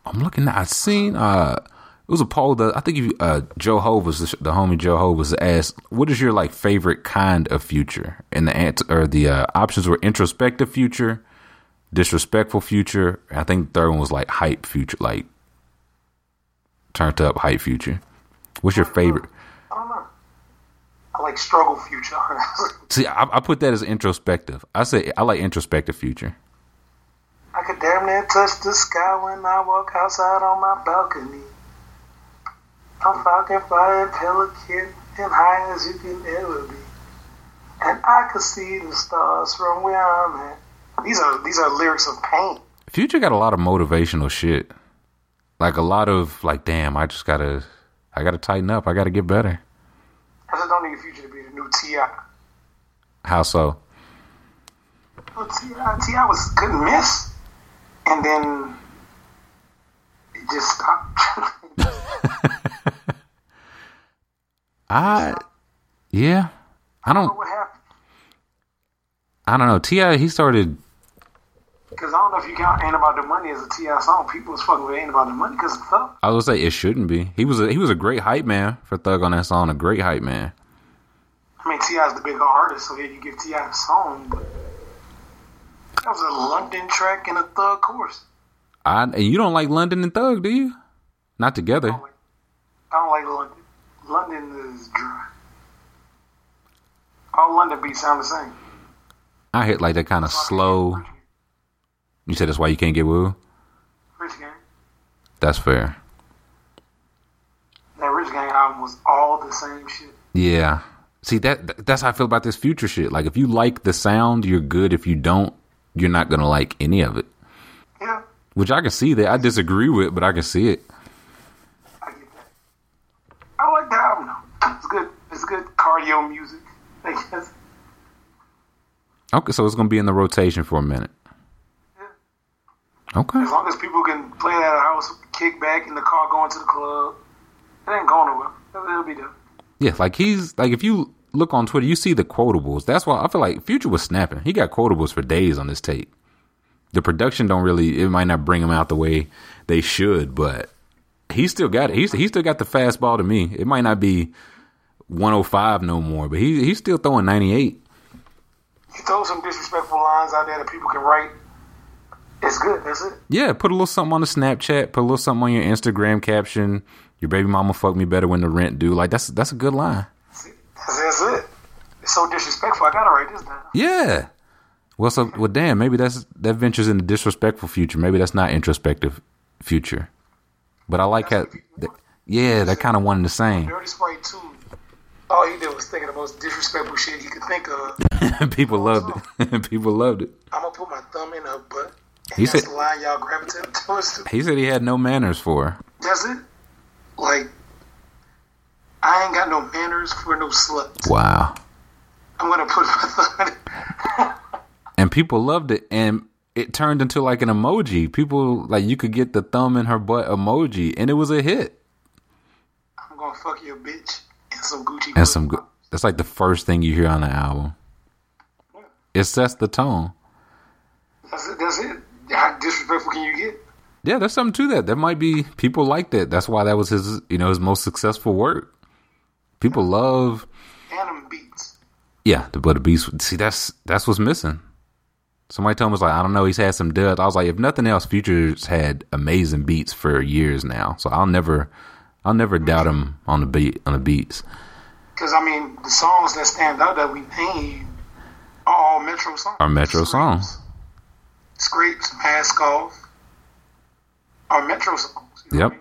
Speaker 2: i'm looking i seen uh it was a poll that i think if you, uh joe Ho was the, the homie joe Ho was asked what is your like favorite kind of future and the answer or the uh, options were introspective future disrespectful future and i think the third one was like hype future like turned up hype future what's your favorite
Speaker 3: I don't know. I like struggle future. I
Speaker 2: See, I, I put that as introspective. I say I like introspective future.
Speaker 3: could damn near touch the sky when I walk outside on my balcony. I'm falcon flying pelican and high as you can ever be. And I could see the stars from where I'm at. These are these are lyrics of pain.
Speaker 2: Future got a lot of motivational shit. Like a lot of like, damn, I just gotta, I gotta tighten up. I gotta get better.
Speaker 3: I just don't need future to be the new T.I.
Speaker 2: How so?
Speaker 3: Well, T.I. T.I. was good and miss, and then it just stopped.
Speaker 2: I, yeah, I
Speaker 3: I don't know
Speaker 2: don't,
Speaker 3: what happened
Speaker 2: I don't know. Ti, he started.
Speaker 3: because I don't know if you count "Ain't About the Money" as a T.I. song. People was fucking with "Ain't About the Money" because of Thug.
Speaker 2: I would say it shouldn't be. He was a, he was a great hype man for Thug on that song. A great hype man.
Speaker 3: I mean, T.I. is the bigger artist, so here you give T.I. a song, but that was a London track and a Thug chorus.
Speaker 2: I and you don't like London and Thug, do you? Not
Speaker 3: I
Speaker 2: together.
Speaker 3: don't like, I don't like London. London is dry. All London beats sound the same.
Speaker 2: I hit like that kind of slow. You said that's why you can't get woo.
Speaker 3: Rich Gang.
Speaker 2: That's fair.
Speaker 3: That Rich Gang album was all the same shit.
Speaker 2: Yeah. See that that's how I feel about this future shit. Like if you like the sound, you're good. If you don't, you're not gonna like any of it.
Speaker 3: Yeah,
Speaker 2: Which I can see that I disagree with, but I can see it.
Speaker 3: I get that. I like that album though. It's good. It's good cardio music. I guess.
Speaker 2: Okay, so it's gonna be in the rotation for a minute. Okay.
Speaker 3: As long as people can play that at a house, kick back in the car going to the club, it ain't going nowhere. It'll- It'll be there.
Speaker 2: Yeah, like he's like if you look on Twitter, you see the quotables. That's why I feel like Future was snapping. He got quotables for days on this tape. The production don't really it might not bring him out the way they should, but he still got it. He's he still got the fastball to me. It might not be 105 no more, but he he's still throwing 98.
Speaker 3: He throws some disrespectful lines out there that people can write. It's good. That's it.
Speaker 2: Yeah, put a little something on the Snapchat, put a little something on your Instagram caption. Your baby mama fuck me better when the rent due. Like that's that's a good line.
Speaker 3: That's it. That's it. It's so disrespectful. I gotta write this down.
Speaker 2: Yeah. Well, so well, damn. Maybe that's that ventures in the disrespectful future. Maybe that's not introspective future. But I like how. th- yeah, they're kind of one and the same.
Speaker 3: Dirty Sprite 2, all he did was think of the most disrespectful shit he could think of.
Speaker 2: People loved it. People loved it.
Speaker 3: I'm gonna put my thumb in her butt. And
Speaker 2: He
Speaker 3: that's
Speaker 2: said-
Speaker 3: the line y'all gravitate towards. to.
Speaker 2: He said he had no manners for. her.
Speaker 3: That's it. Like, I ain't got no manners for no sluts.
Speaker 2: Wow.
Speaker 3: I'm gonna put my thumb in
Speaker 2: And people loved it, and it turned into like an emoji. People like you could get the thumb in her butt emoji, and it was a hit.
Speaker 3: I'm gonna fuck your bitch and some Gucci.
Speaker 2: And some good. That's like the first thing you hear on the album. It sets the tone.
Speaker 3: That's it. That's it. How disrespectful can you get?
Speaker 2: Yeah, there's something to that. There might be people liked it. That's why that was his, you know, his most successful work. People love,
Speaker 3: And them beats.
Speaker 2: yeah, the but the beast. See, that's that's what's missing. Somebody told me was like, I don't know, he's had some duds. I was like, if nothing else, Futures had amazing beats for years now. So I'll never, I'll never doubt him on the beat on the beats.
Speaker 3: Because, I mean, the songs that stand out that we named are all Metro songs.
Speaker 2: Are Metro
Speaker 3: Scrapes.
Speaker 2: songs.
Speaker 3: Scrapes, Mask Off, are Metro songs. you know
Speaker 2: Yep.
Speaker 3: what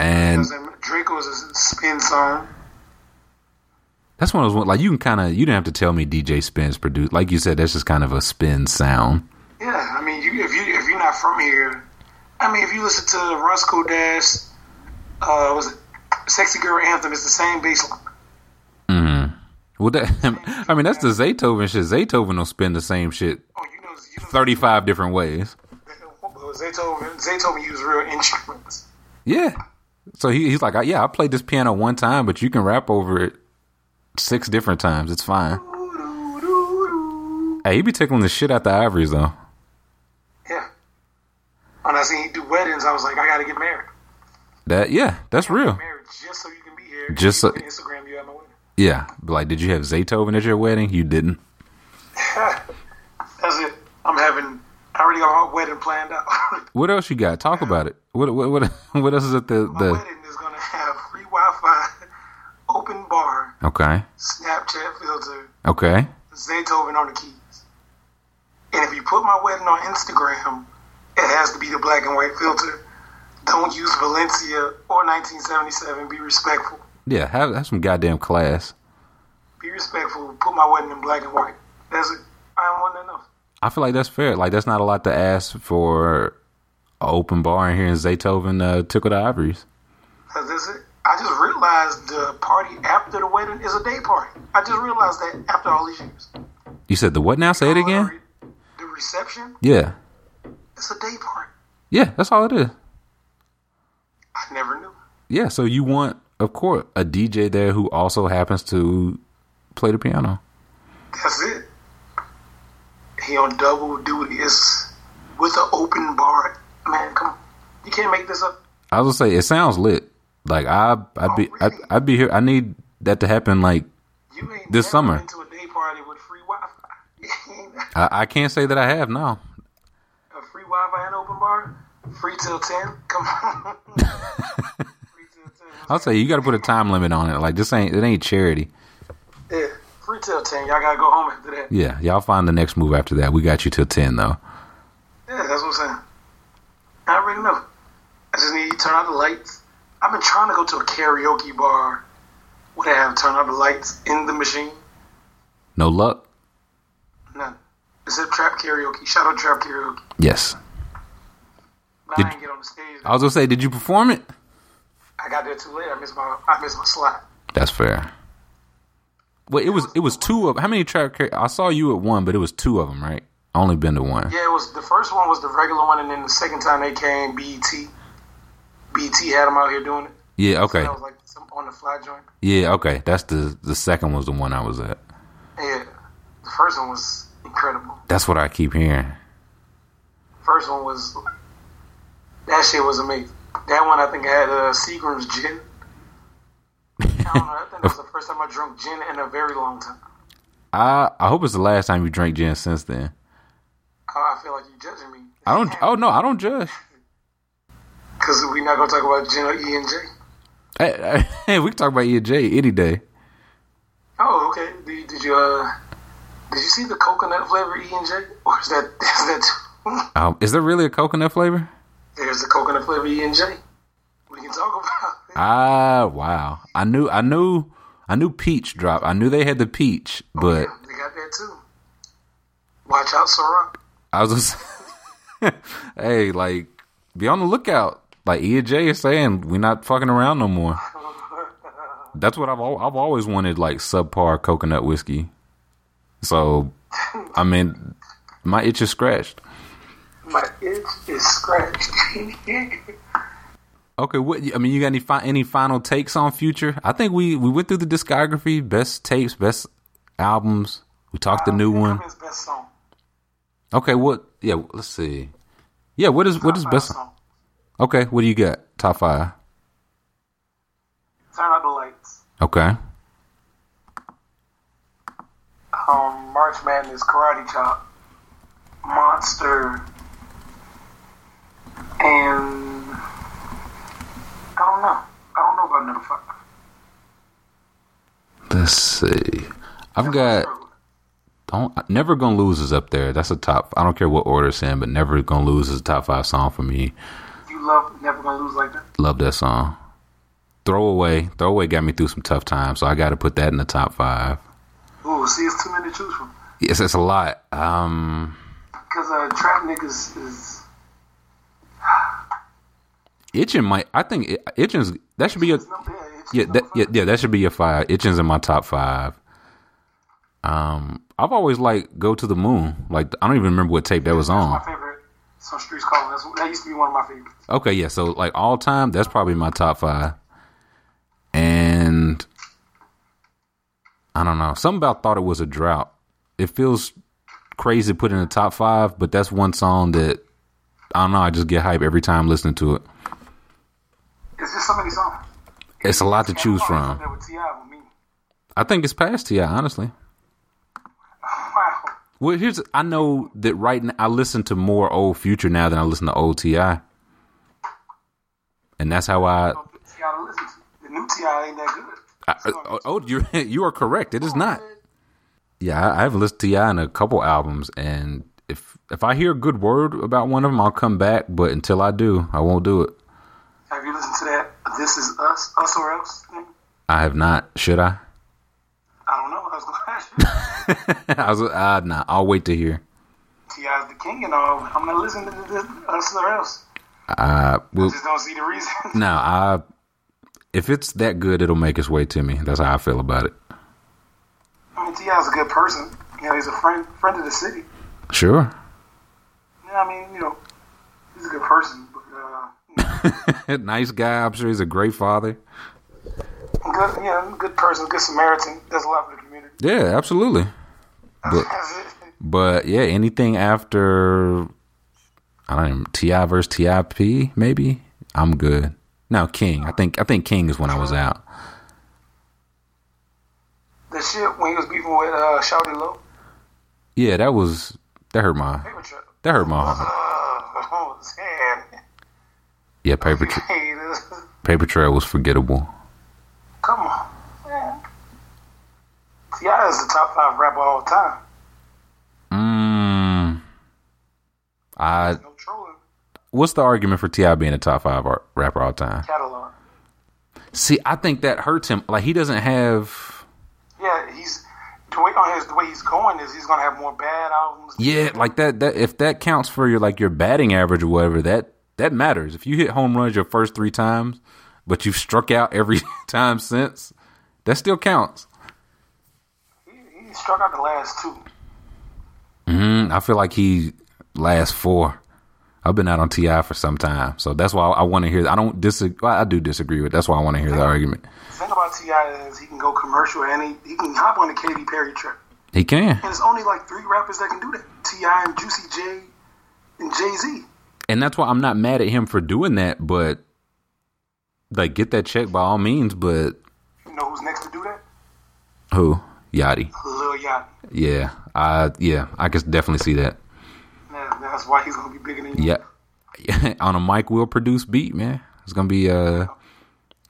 Speaker 3: I mean?
Speaker 2: And
Speaker 3: Because then Draco's is a spin song.
Speaker 2: that's one of those one like you can kind of you didn't have to tell me DJ Spins produced. Like you said, that's just kind of a spin sound.
Speaker 3: Yeah, I mean, you if you if you're not from here, I mean, if you listen to Roscoe Dash, uh, was it "Sexy Girl Anthem"? It's the same bass line.
Speaker 2: Well, that I mean, that's the Zaytoven shit. Zaytoven will spin the same shit
Speaker 3: Oh, you know, you know,
Speaker 2: 35 different ways.
Speaker 3: Zaytoven, Zaytoven used real instruments.
Speaker 2: Yeah. So he, he's like, I- yeah, I played this piano one time, but you can rap over it six different times. It's fine. Hey, he be tickling the shit out the ivories, though.
Speaker 3: Yeah. When I seen he do weddings, I was like, I gotta get married.
Speaker 2: That, yeah, that's real.
Speaker 3: Married just so you can be here.
Speaker 2: Just so-
Speaker 3: You can Instagram you at my wedding.
Speaker 2: Yeah. But like, did you have Zaytoven at your wedding? You didn't.
Speaker 3: That's it. I'm having. I already got my wedding planned out.
Speaker 2: What else you got? Talk about it. What what what, what else is at the,
Speaker 3: my
Speaker 2: the
Speaker 3: wedding is gonna have free Wi-Fi, open bar,
Speaker 2: Okay.
Speaker 3: Snapchat filter,
Speaker 2: Okay.
Speaker 3: Zaytoven on the keys. And if you put my wedding on Instagram, it has to be the black and white filter. Don't use Valencia or 1977. Be respectful.
Speaker 2: Yeah, have have some goddamn class.
Speaker 3: Be respectful. Put my wedding in black and white. That's it. I don't want that enough.
Speaker 2: I feel like that's fair. Like that's not a lot to ask for an open bar in here in Zaytoven uh, tickle the ivories.
Speaker 3: Cause this is, I just realized the party after the wedding is a day party. I just realized that after all these years.
Speaker 2: You said the what now? Say it again.
Speaker 3: reception.
Speaker 2: Yeah.
Speaker 3: It's a day party.
Speaker 2: Yeah, that's all it is.
Speaker 3: I never knew.
Speaker 2: Yeah, so you want, of course, a DJ there who also happens to play the piano.
Speaker 3: That's it. He on double duty. It's with an open bar. Man, come on. You can't make this up.
Speaker 2: I was gonna say it sounds lit. Like I, I'd be,
Speaker 3: Oh, really?
Speaker 2: I, I'd be here. I need that to happen. Like
Speaker 3: You ain't
Speaker 2: This
Speaker 3: never
Speaker 2: summer.
Speaker 3: been to a day party with free Wi-Fi.
Speaker 2: I, I can't say that I have now.
Speaker 3: a free Wi-Fi and open bar, free till ten. Come on, free till ten.
Speaker 2: I'll say you got to put a time limit on it. Like this ain't, it ain't charity.
Speaker 3: Yeah, free till ten. Y'all gotta go home after that. Yeah,
Speaker 2: Yeah, y'all find the next move after that. We got you till ten though.
Speaker 3: that's what I'm saying. I already know. I just need you to turn out the lights. I've been trying to go to a karaoke bar where they have turn out the lights in the machine.
Speaker 2: No luck.
Speaker 3: None. Except trap karaoke. Shout out trap karaoke.
Speaker 2: Yes.
Speaker 3: But
Speaker 2: Did-
Speaker 3: I didn't get on the stage.
Speaker 2: I was gonna say, did you perform it?
Speaker 3: I got there too late. I missed my I missed my slot.
Speaker 2: That's fair. Well, it was it was two of how many track? car- I saw you at one, but it was two of them, right? I only been to one.
Speaker 3: Yeah, it was the first one was the regular one, and then the second time they came, E BT, BT E had them out here doing it.
Speaker 2: Yeah. Okay.
Speaker 3: That was like some on the fly joint.
Speaker 2: Yeah. Okay. That's the the second was the one I was at.
Speaker 3: Yeah, the first one was incredible.
Speaker 2: That's what I keep hearing.
Speaker 3: First one was that shit was amazing. That one I think I had uh, Seagram's gin. I don't know. I think that was the first time I drunk gin in a very long time.
Speaker 2: I I hope it's the last time you drank gin since then.
Speaker 3: I I feel like you judging me.
Speaker 2: I don't. Oh no, I don't judge.
Speaker 3: Because we not gonna talk about gin or E and J.
Speaker 2: Hey, hey, we can talk about E and J any day.
Speaker 3: Oh, okay. Did, did you uh, did you see the coconut flavor E and J, or is that is that?
Speaker 2: Um, is there really a coconut flavor?
Speaker 3: There's the coconut flavor E and J. We can talk about it.
Speaker 2: Ah, wow. I knew. I knew. I knew peach drop. I knew they had the peach, but
Speaker 3: They got that too. Watch out, Ciroc.
Speaker 2: I was just, hey, like, be on the lookout. Like E and J is saying, we're not fucking around no more. That's what I've al- I've always wanted, like subpar coconut whiskey. So, I mean, my itch is scratched.
Speaker 3: My itch is scratched. yeah,
Speaker 2: Okay, what I mean, you got any fi- any final takes on Future? I think we we went through the discography, best tapes, best albums. We talked the new one.
Speaker 3: His best song.
Speaker 2: Okay, what? Yeah, let's see. Yeah, what is what is
Speaker 3: Five
Speaker 2: best?
Speaker 3: song.
Speaker 2: Okay, what do you got? Top five.
Speaker 3: Turn out the lights.
Speaker 2: Okay.
Speaker 3: Um, March Madness, Karate Chop, Monster, and I don't know. I don't know about number five.
Speaker 2: Let's see. I've got don't never gonna lose is up there. That's a top. I don't care what order it's in, but never gonna lose is a top five song for me.
Speaker 3: You love Never Gonna Lose Like That.
Speaker 2: Love that song. Throwaway, throwaway got me through some tough times, so I got to put that in the top five.
Speaker 3: Ooh, see, it's too many to choose from.
Speaker 2: Yes, it's a lot. Um,
Speaker 3: Because uh, Trap Niggas is.
Speaker 2: Itchin might. I think it, Itchin's that should be a
Speaker 3: It's number, yeah, it's
Speaker 2: yeah,
Speaker 3: number
Speaker 2: that, yeah, yeah, that should be your five. Itchin's in my top five. Um, I've always liked "Go to the Moon." Like I don't even remember what tape that was on.
Speaker 3: My favorite. Some streets calling. That's, that used to be one of my favorites.
Speaker 2: Okay, yeah. So like all time, that's probably my top five. And I don't know. Something about thought it was a drought. It feels crazy to put in the top five, but that's one song that I don't know. I just get hype every time listening to it.
Speaker 3: It's just so many songs.
Speaker 2: It's a lot to choose
Speaker 3: That's
Speaker 2: from.
Speaker 3: up there with T.I. with me.
Speaker 2: I think it's past Ti, honestly.
Speaker 3: Wow.
Speaker 2: Well, here's I know that right now I listen to more old Future now than I listen to old Ti, and that's how I.
Speaker 3: T.I. to listen to. The new T.I. ain't that good.
Speaker 2: I oh, oh, you you are correct. It is not. Yeah, I, I have listened to Ti in a couple albums, and if if I hear a good word about one of them, I'll come back. But until I do, I won't do it.
Speaker 3: Have you listened to that This Is Us, Us or Else thing?
Speaker 2: I have not. Should I?
Speaker 3: I don't know. I was going to ask you.
Speaker 2: I was uh, nah. I'll wait to hear.
Speaker 3: T.I. is the king and all. but I'm not listening to this Us or Else.
Speaker 2: Uh, well,
Speaker 3: Just don't see the reason.
Speaker 2: no, I. If it's that good, it'll make its way to me. That's how I feel about it.
Speaker 3: I mean, T.I. is a good person. You know, he's a friend friend of the city.
Speaker 2: Sure.
Speaker 3: Yeah, I mean, you know, he's a good person, but uh,
Speaker 2: nice guy. I'm sure he's a great father.
Speaker 3: good, you know, good person, good Samaritan. Does a lot for the community.
Speaker 2: Yeah, absolutely. But but yeah, anything after I don't even Ti versus Tip maybe I'm good. No King. I think I think King is when I was out.
Speaker 3: the shit when he was beefing with uh, Shouty Low,
Speaker 2: Yeah, that was that hurt my
Speaker 3: paper trip.
Speaker 2: that hurt my heart.
Speaker 3: Uh, Oh, man.
Speaker 2: Yeah, paper tra-
Speaker 3: Hey, this-
Speaker 2: paper trail was forgettable.
Speaker 3: Come on, man. T.I. is the top five rapper of all time.
Speaker 2: Mm, I
Speaker 3: No trolling.
Speaker 2: what's the argument for Ti being a top five art, rapper all time?
Speaker 3: Catalog.
Speaker 2: See, I think that hurts him. Like he doesn't have
Speaker 3: Yeah, he's the way on his the way he's going is he's gonna have more bad albums.
Speaker 2: yeah like that. That if that counts for your like your batting average or whatever that that matters. If you hit home runs your first three times, but you've struck out every time since, that still counts.
Speaker 3: He, he struck out the last two.
Speaker 2: Mm, I feel like he last four. I've been out on Ti for some time, so that's why I want to hear. I don't disagree. I do disagree with. That's why I want to hear the argument.
Speaker 3: The thing about Ti is he can go commercial and he, he can hop on the Katy Perry trip.
Speaker 2: He can,
Speaker 3: And it's only like three rappers that can do that: Ti and Juicy J and Jay Z.
Speaker 2: and that's why I'm not mad at him for doing that. But like, get that check by all means. But
Speaker 3: You know who's next to do that?
Speaker 2: who Yachty?
Speaker 3: Lil Yachty.
Speaker 2: Yeah, I yeah, I can definitely see that.
Speaker 3: That- That's why he's gonna be bigger than you.
Speaker 2: Yeah, on a Mike will produce beat, man. It's gonna be uh,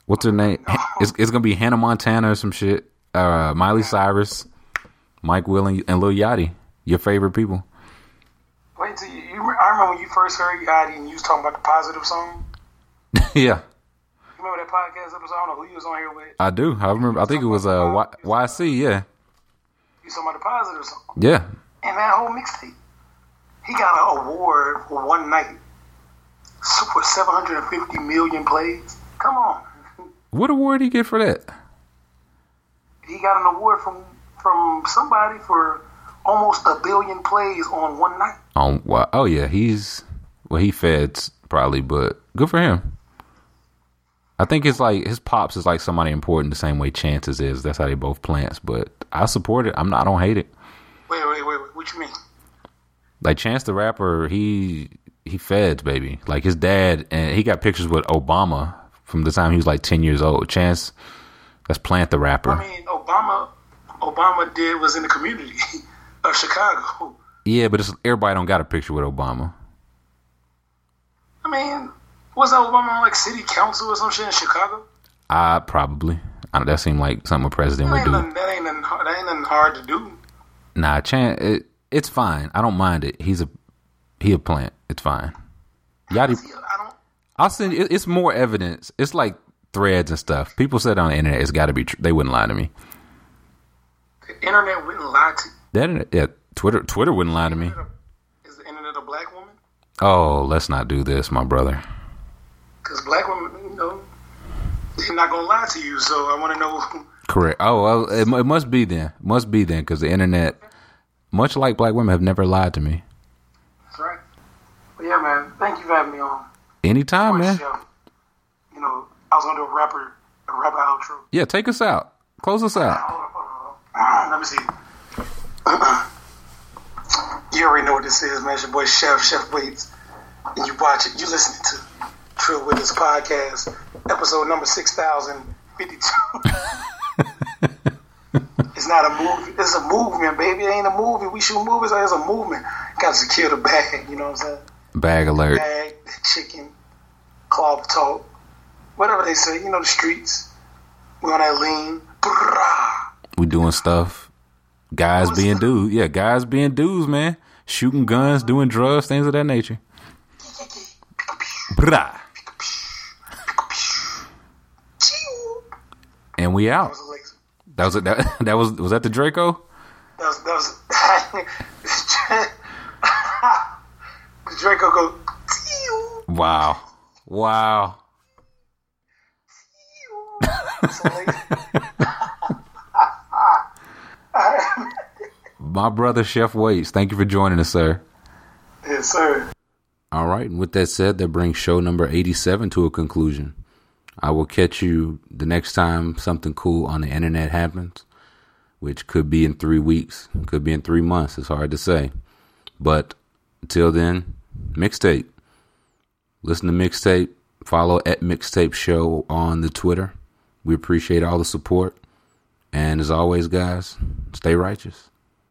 Speaker 2: what's her name? It's it's gonna be Hannah Montana or some shit. Uh, Miley Cyrus, Mike Will, and, and Lil Yachty, your favorite people.
Speaker 3: Wait till you, you. I remember when you first heard Yachty and you was talking about the positive song.
Speaker 2: yeah,
Speaker 3: You remember that podcast episode? I don't know who you was on here with.
Speaker 2: I do. I remember. I think it was uh, y- YC. Yeah,
Speaker 3: You was talking about the positive song.
Speaker 2: yeah.
Speaker 3: And that whole mixtape, he got an award for one night So for 750 million plays. Come on,
Speaker 2: What award he get for that?
Speaker 3: he got an award from from somebody for almost a billion plays on one night.
Speaker 2: On why? Oh yeah, he's well, he feds probably, but good for him. I think it's like his pops is like somebody important, the same way Chances is. That's how they both plants. But I support it. I'm not. I don't hate it.
Speaker 3: Wait, wait, wait, wait. What you mean?
Speaker 2: Like Chance the rapper, he he feds baby. Like his dad, and he got pictures with Obama from the time he was like ten years old. Chance, that's Plant the rapper.
Speaker 3: I mean, Obama, Obama did was in the community of Chicago.
Speaker 2: yeah, but it's, everybody don't got a picture with Obama.
Speaker 3: I mean, was Obama on like city council or some shit in Chicago?
Speaker 2: I probably. I, that seemed like something a president
Speaker 3: That
Speaker 2: would do.
Speaker 3: ain't, nothing, that, ain't nothing, hard- that ain't nothing hard to do.
Speaker 2: Nah, Chan, it, it's fine. I don't mind it. He's a he a plant. It's fine. Yachty,
Speaker 3: See, I don't.
Speaker 2: I'll send. It, it's more evidence. It's like threads and stuff. People said on the internet, it's got to be. Tr- they wouldn't lie to me.
Speaker 3: The internet wouldn't lie to you.
Speaker 2: That internet- yeah, Twitter Twitter wouldn't lie to me.
Speaker 3: Is the internet a black woman?
Speaker 2: Oh, let's not do this, my brother.
Speaker 3: Because black women, you know, they're not gonna lie to you. So I want to know.
Speaker 2: Correct. Oh, well, it, mu- it must be then. Must be then because the internet, much like black women, have never lied to me.
Speaker 3: That's right. But yeah, man. Thank you for having me on.
Speaker 2: Anytime, man.
Speaker 3: Show. You know, I was gonna do a rapper, a rapper outro.
Speaker 2: Yeah, take us out. Close us out.
Speaker 3: Hold on, hold on, hold on. Ah, Let me see. you already know what this is, man. It's your boy Chef, Chef Waits. And you watch it, you listening to Trill With Us Podcast, episode number 6052. it's not a movie, it's a movement, baby. It ain't a movie. We shoot movies, it's a movement. Got to secure the bag, you know what I'm saying?
Speaker 2: Bag alert.
Speaker 3: Bag, chicken, club talk, whatever they say, you know, the streets. We're on that lean. Brrrah.
Speaker 2: We doing stuff. Guys being dudes. Yeah, guys being dudes, man. Shooting guns, doing drugs, things of that nature. Brah. And we out.
Speaker 3: was a laser.
Speaker 2: That was it. That, that was was that the Draco?
Speaker 3: That was that was. Draco go. "Teew,
Speaker 2: Wow. Wow.
Speaker 3: teew." It's a laser.
Speaker 2: My brother Chef Waits, thank you for joining us, sir.
Speaker 3: Yeah, Yes, sir.
Speaker 2: All right. And with that said, that brings show number 87 to a conclusion. I will catch you the next time something cool on the internet happens, which could be in three weeks, could be in three months. It's hard to say. But till then, mixtape. Listen to mixtape. Follow at mixtape show on the Twitter. We appreciate all the support. And as always, guys, stay righteous.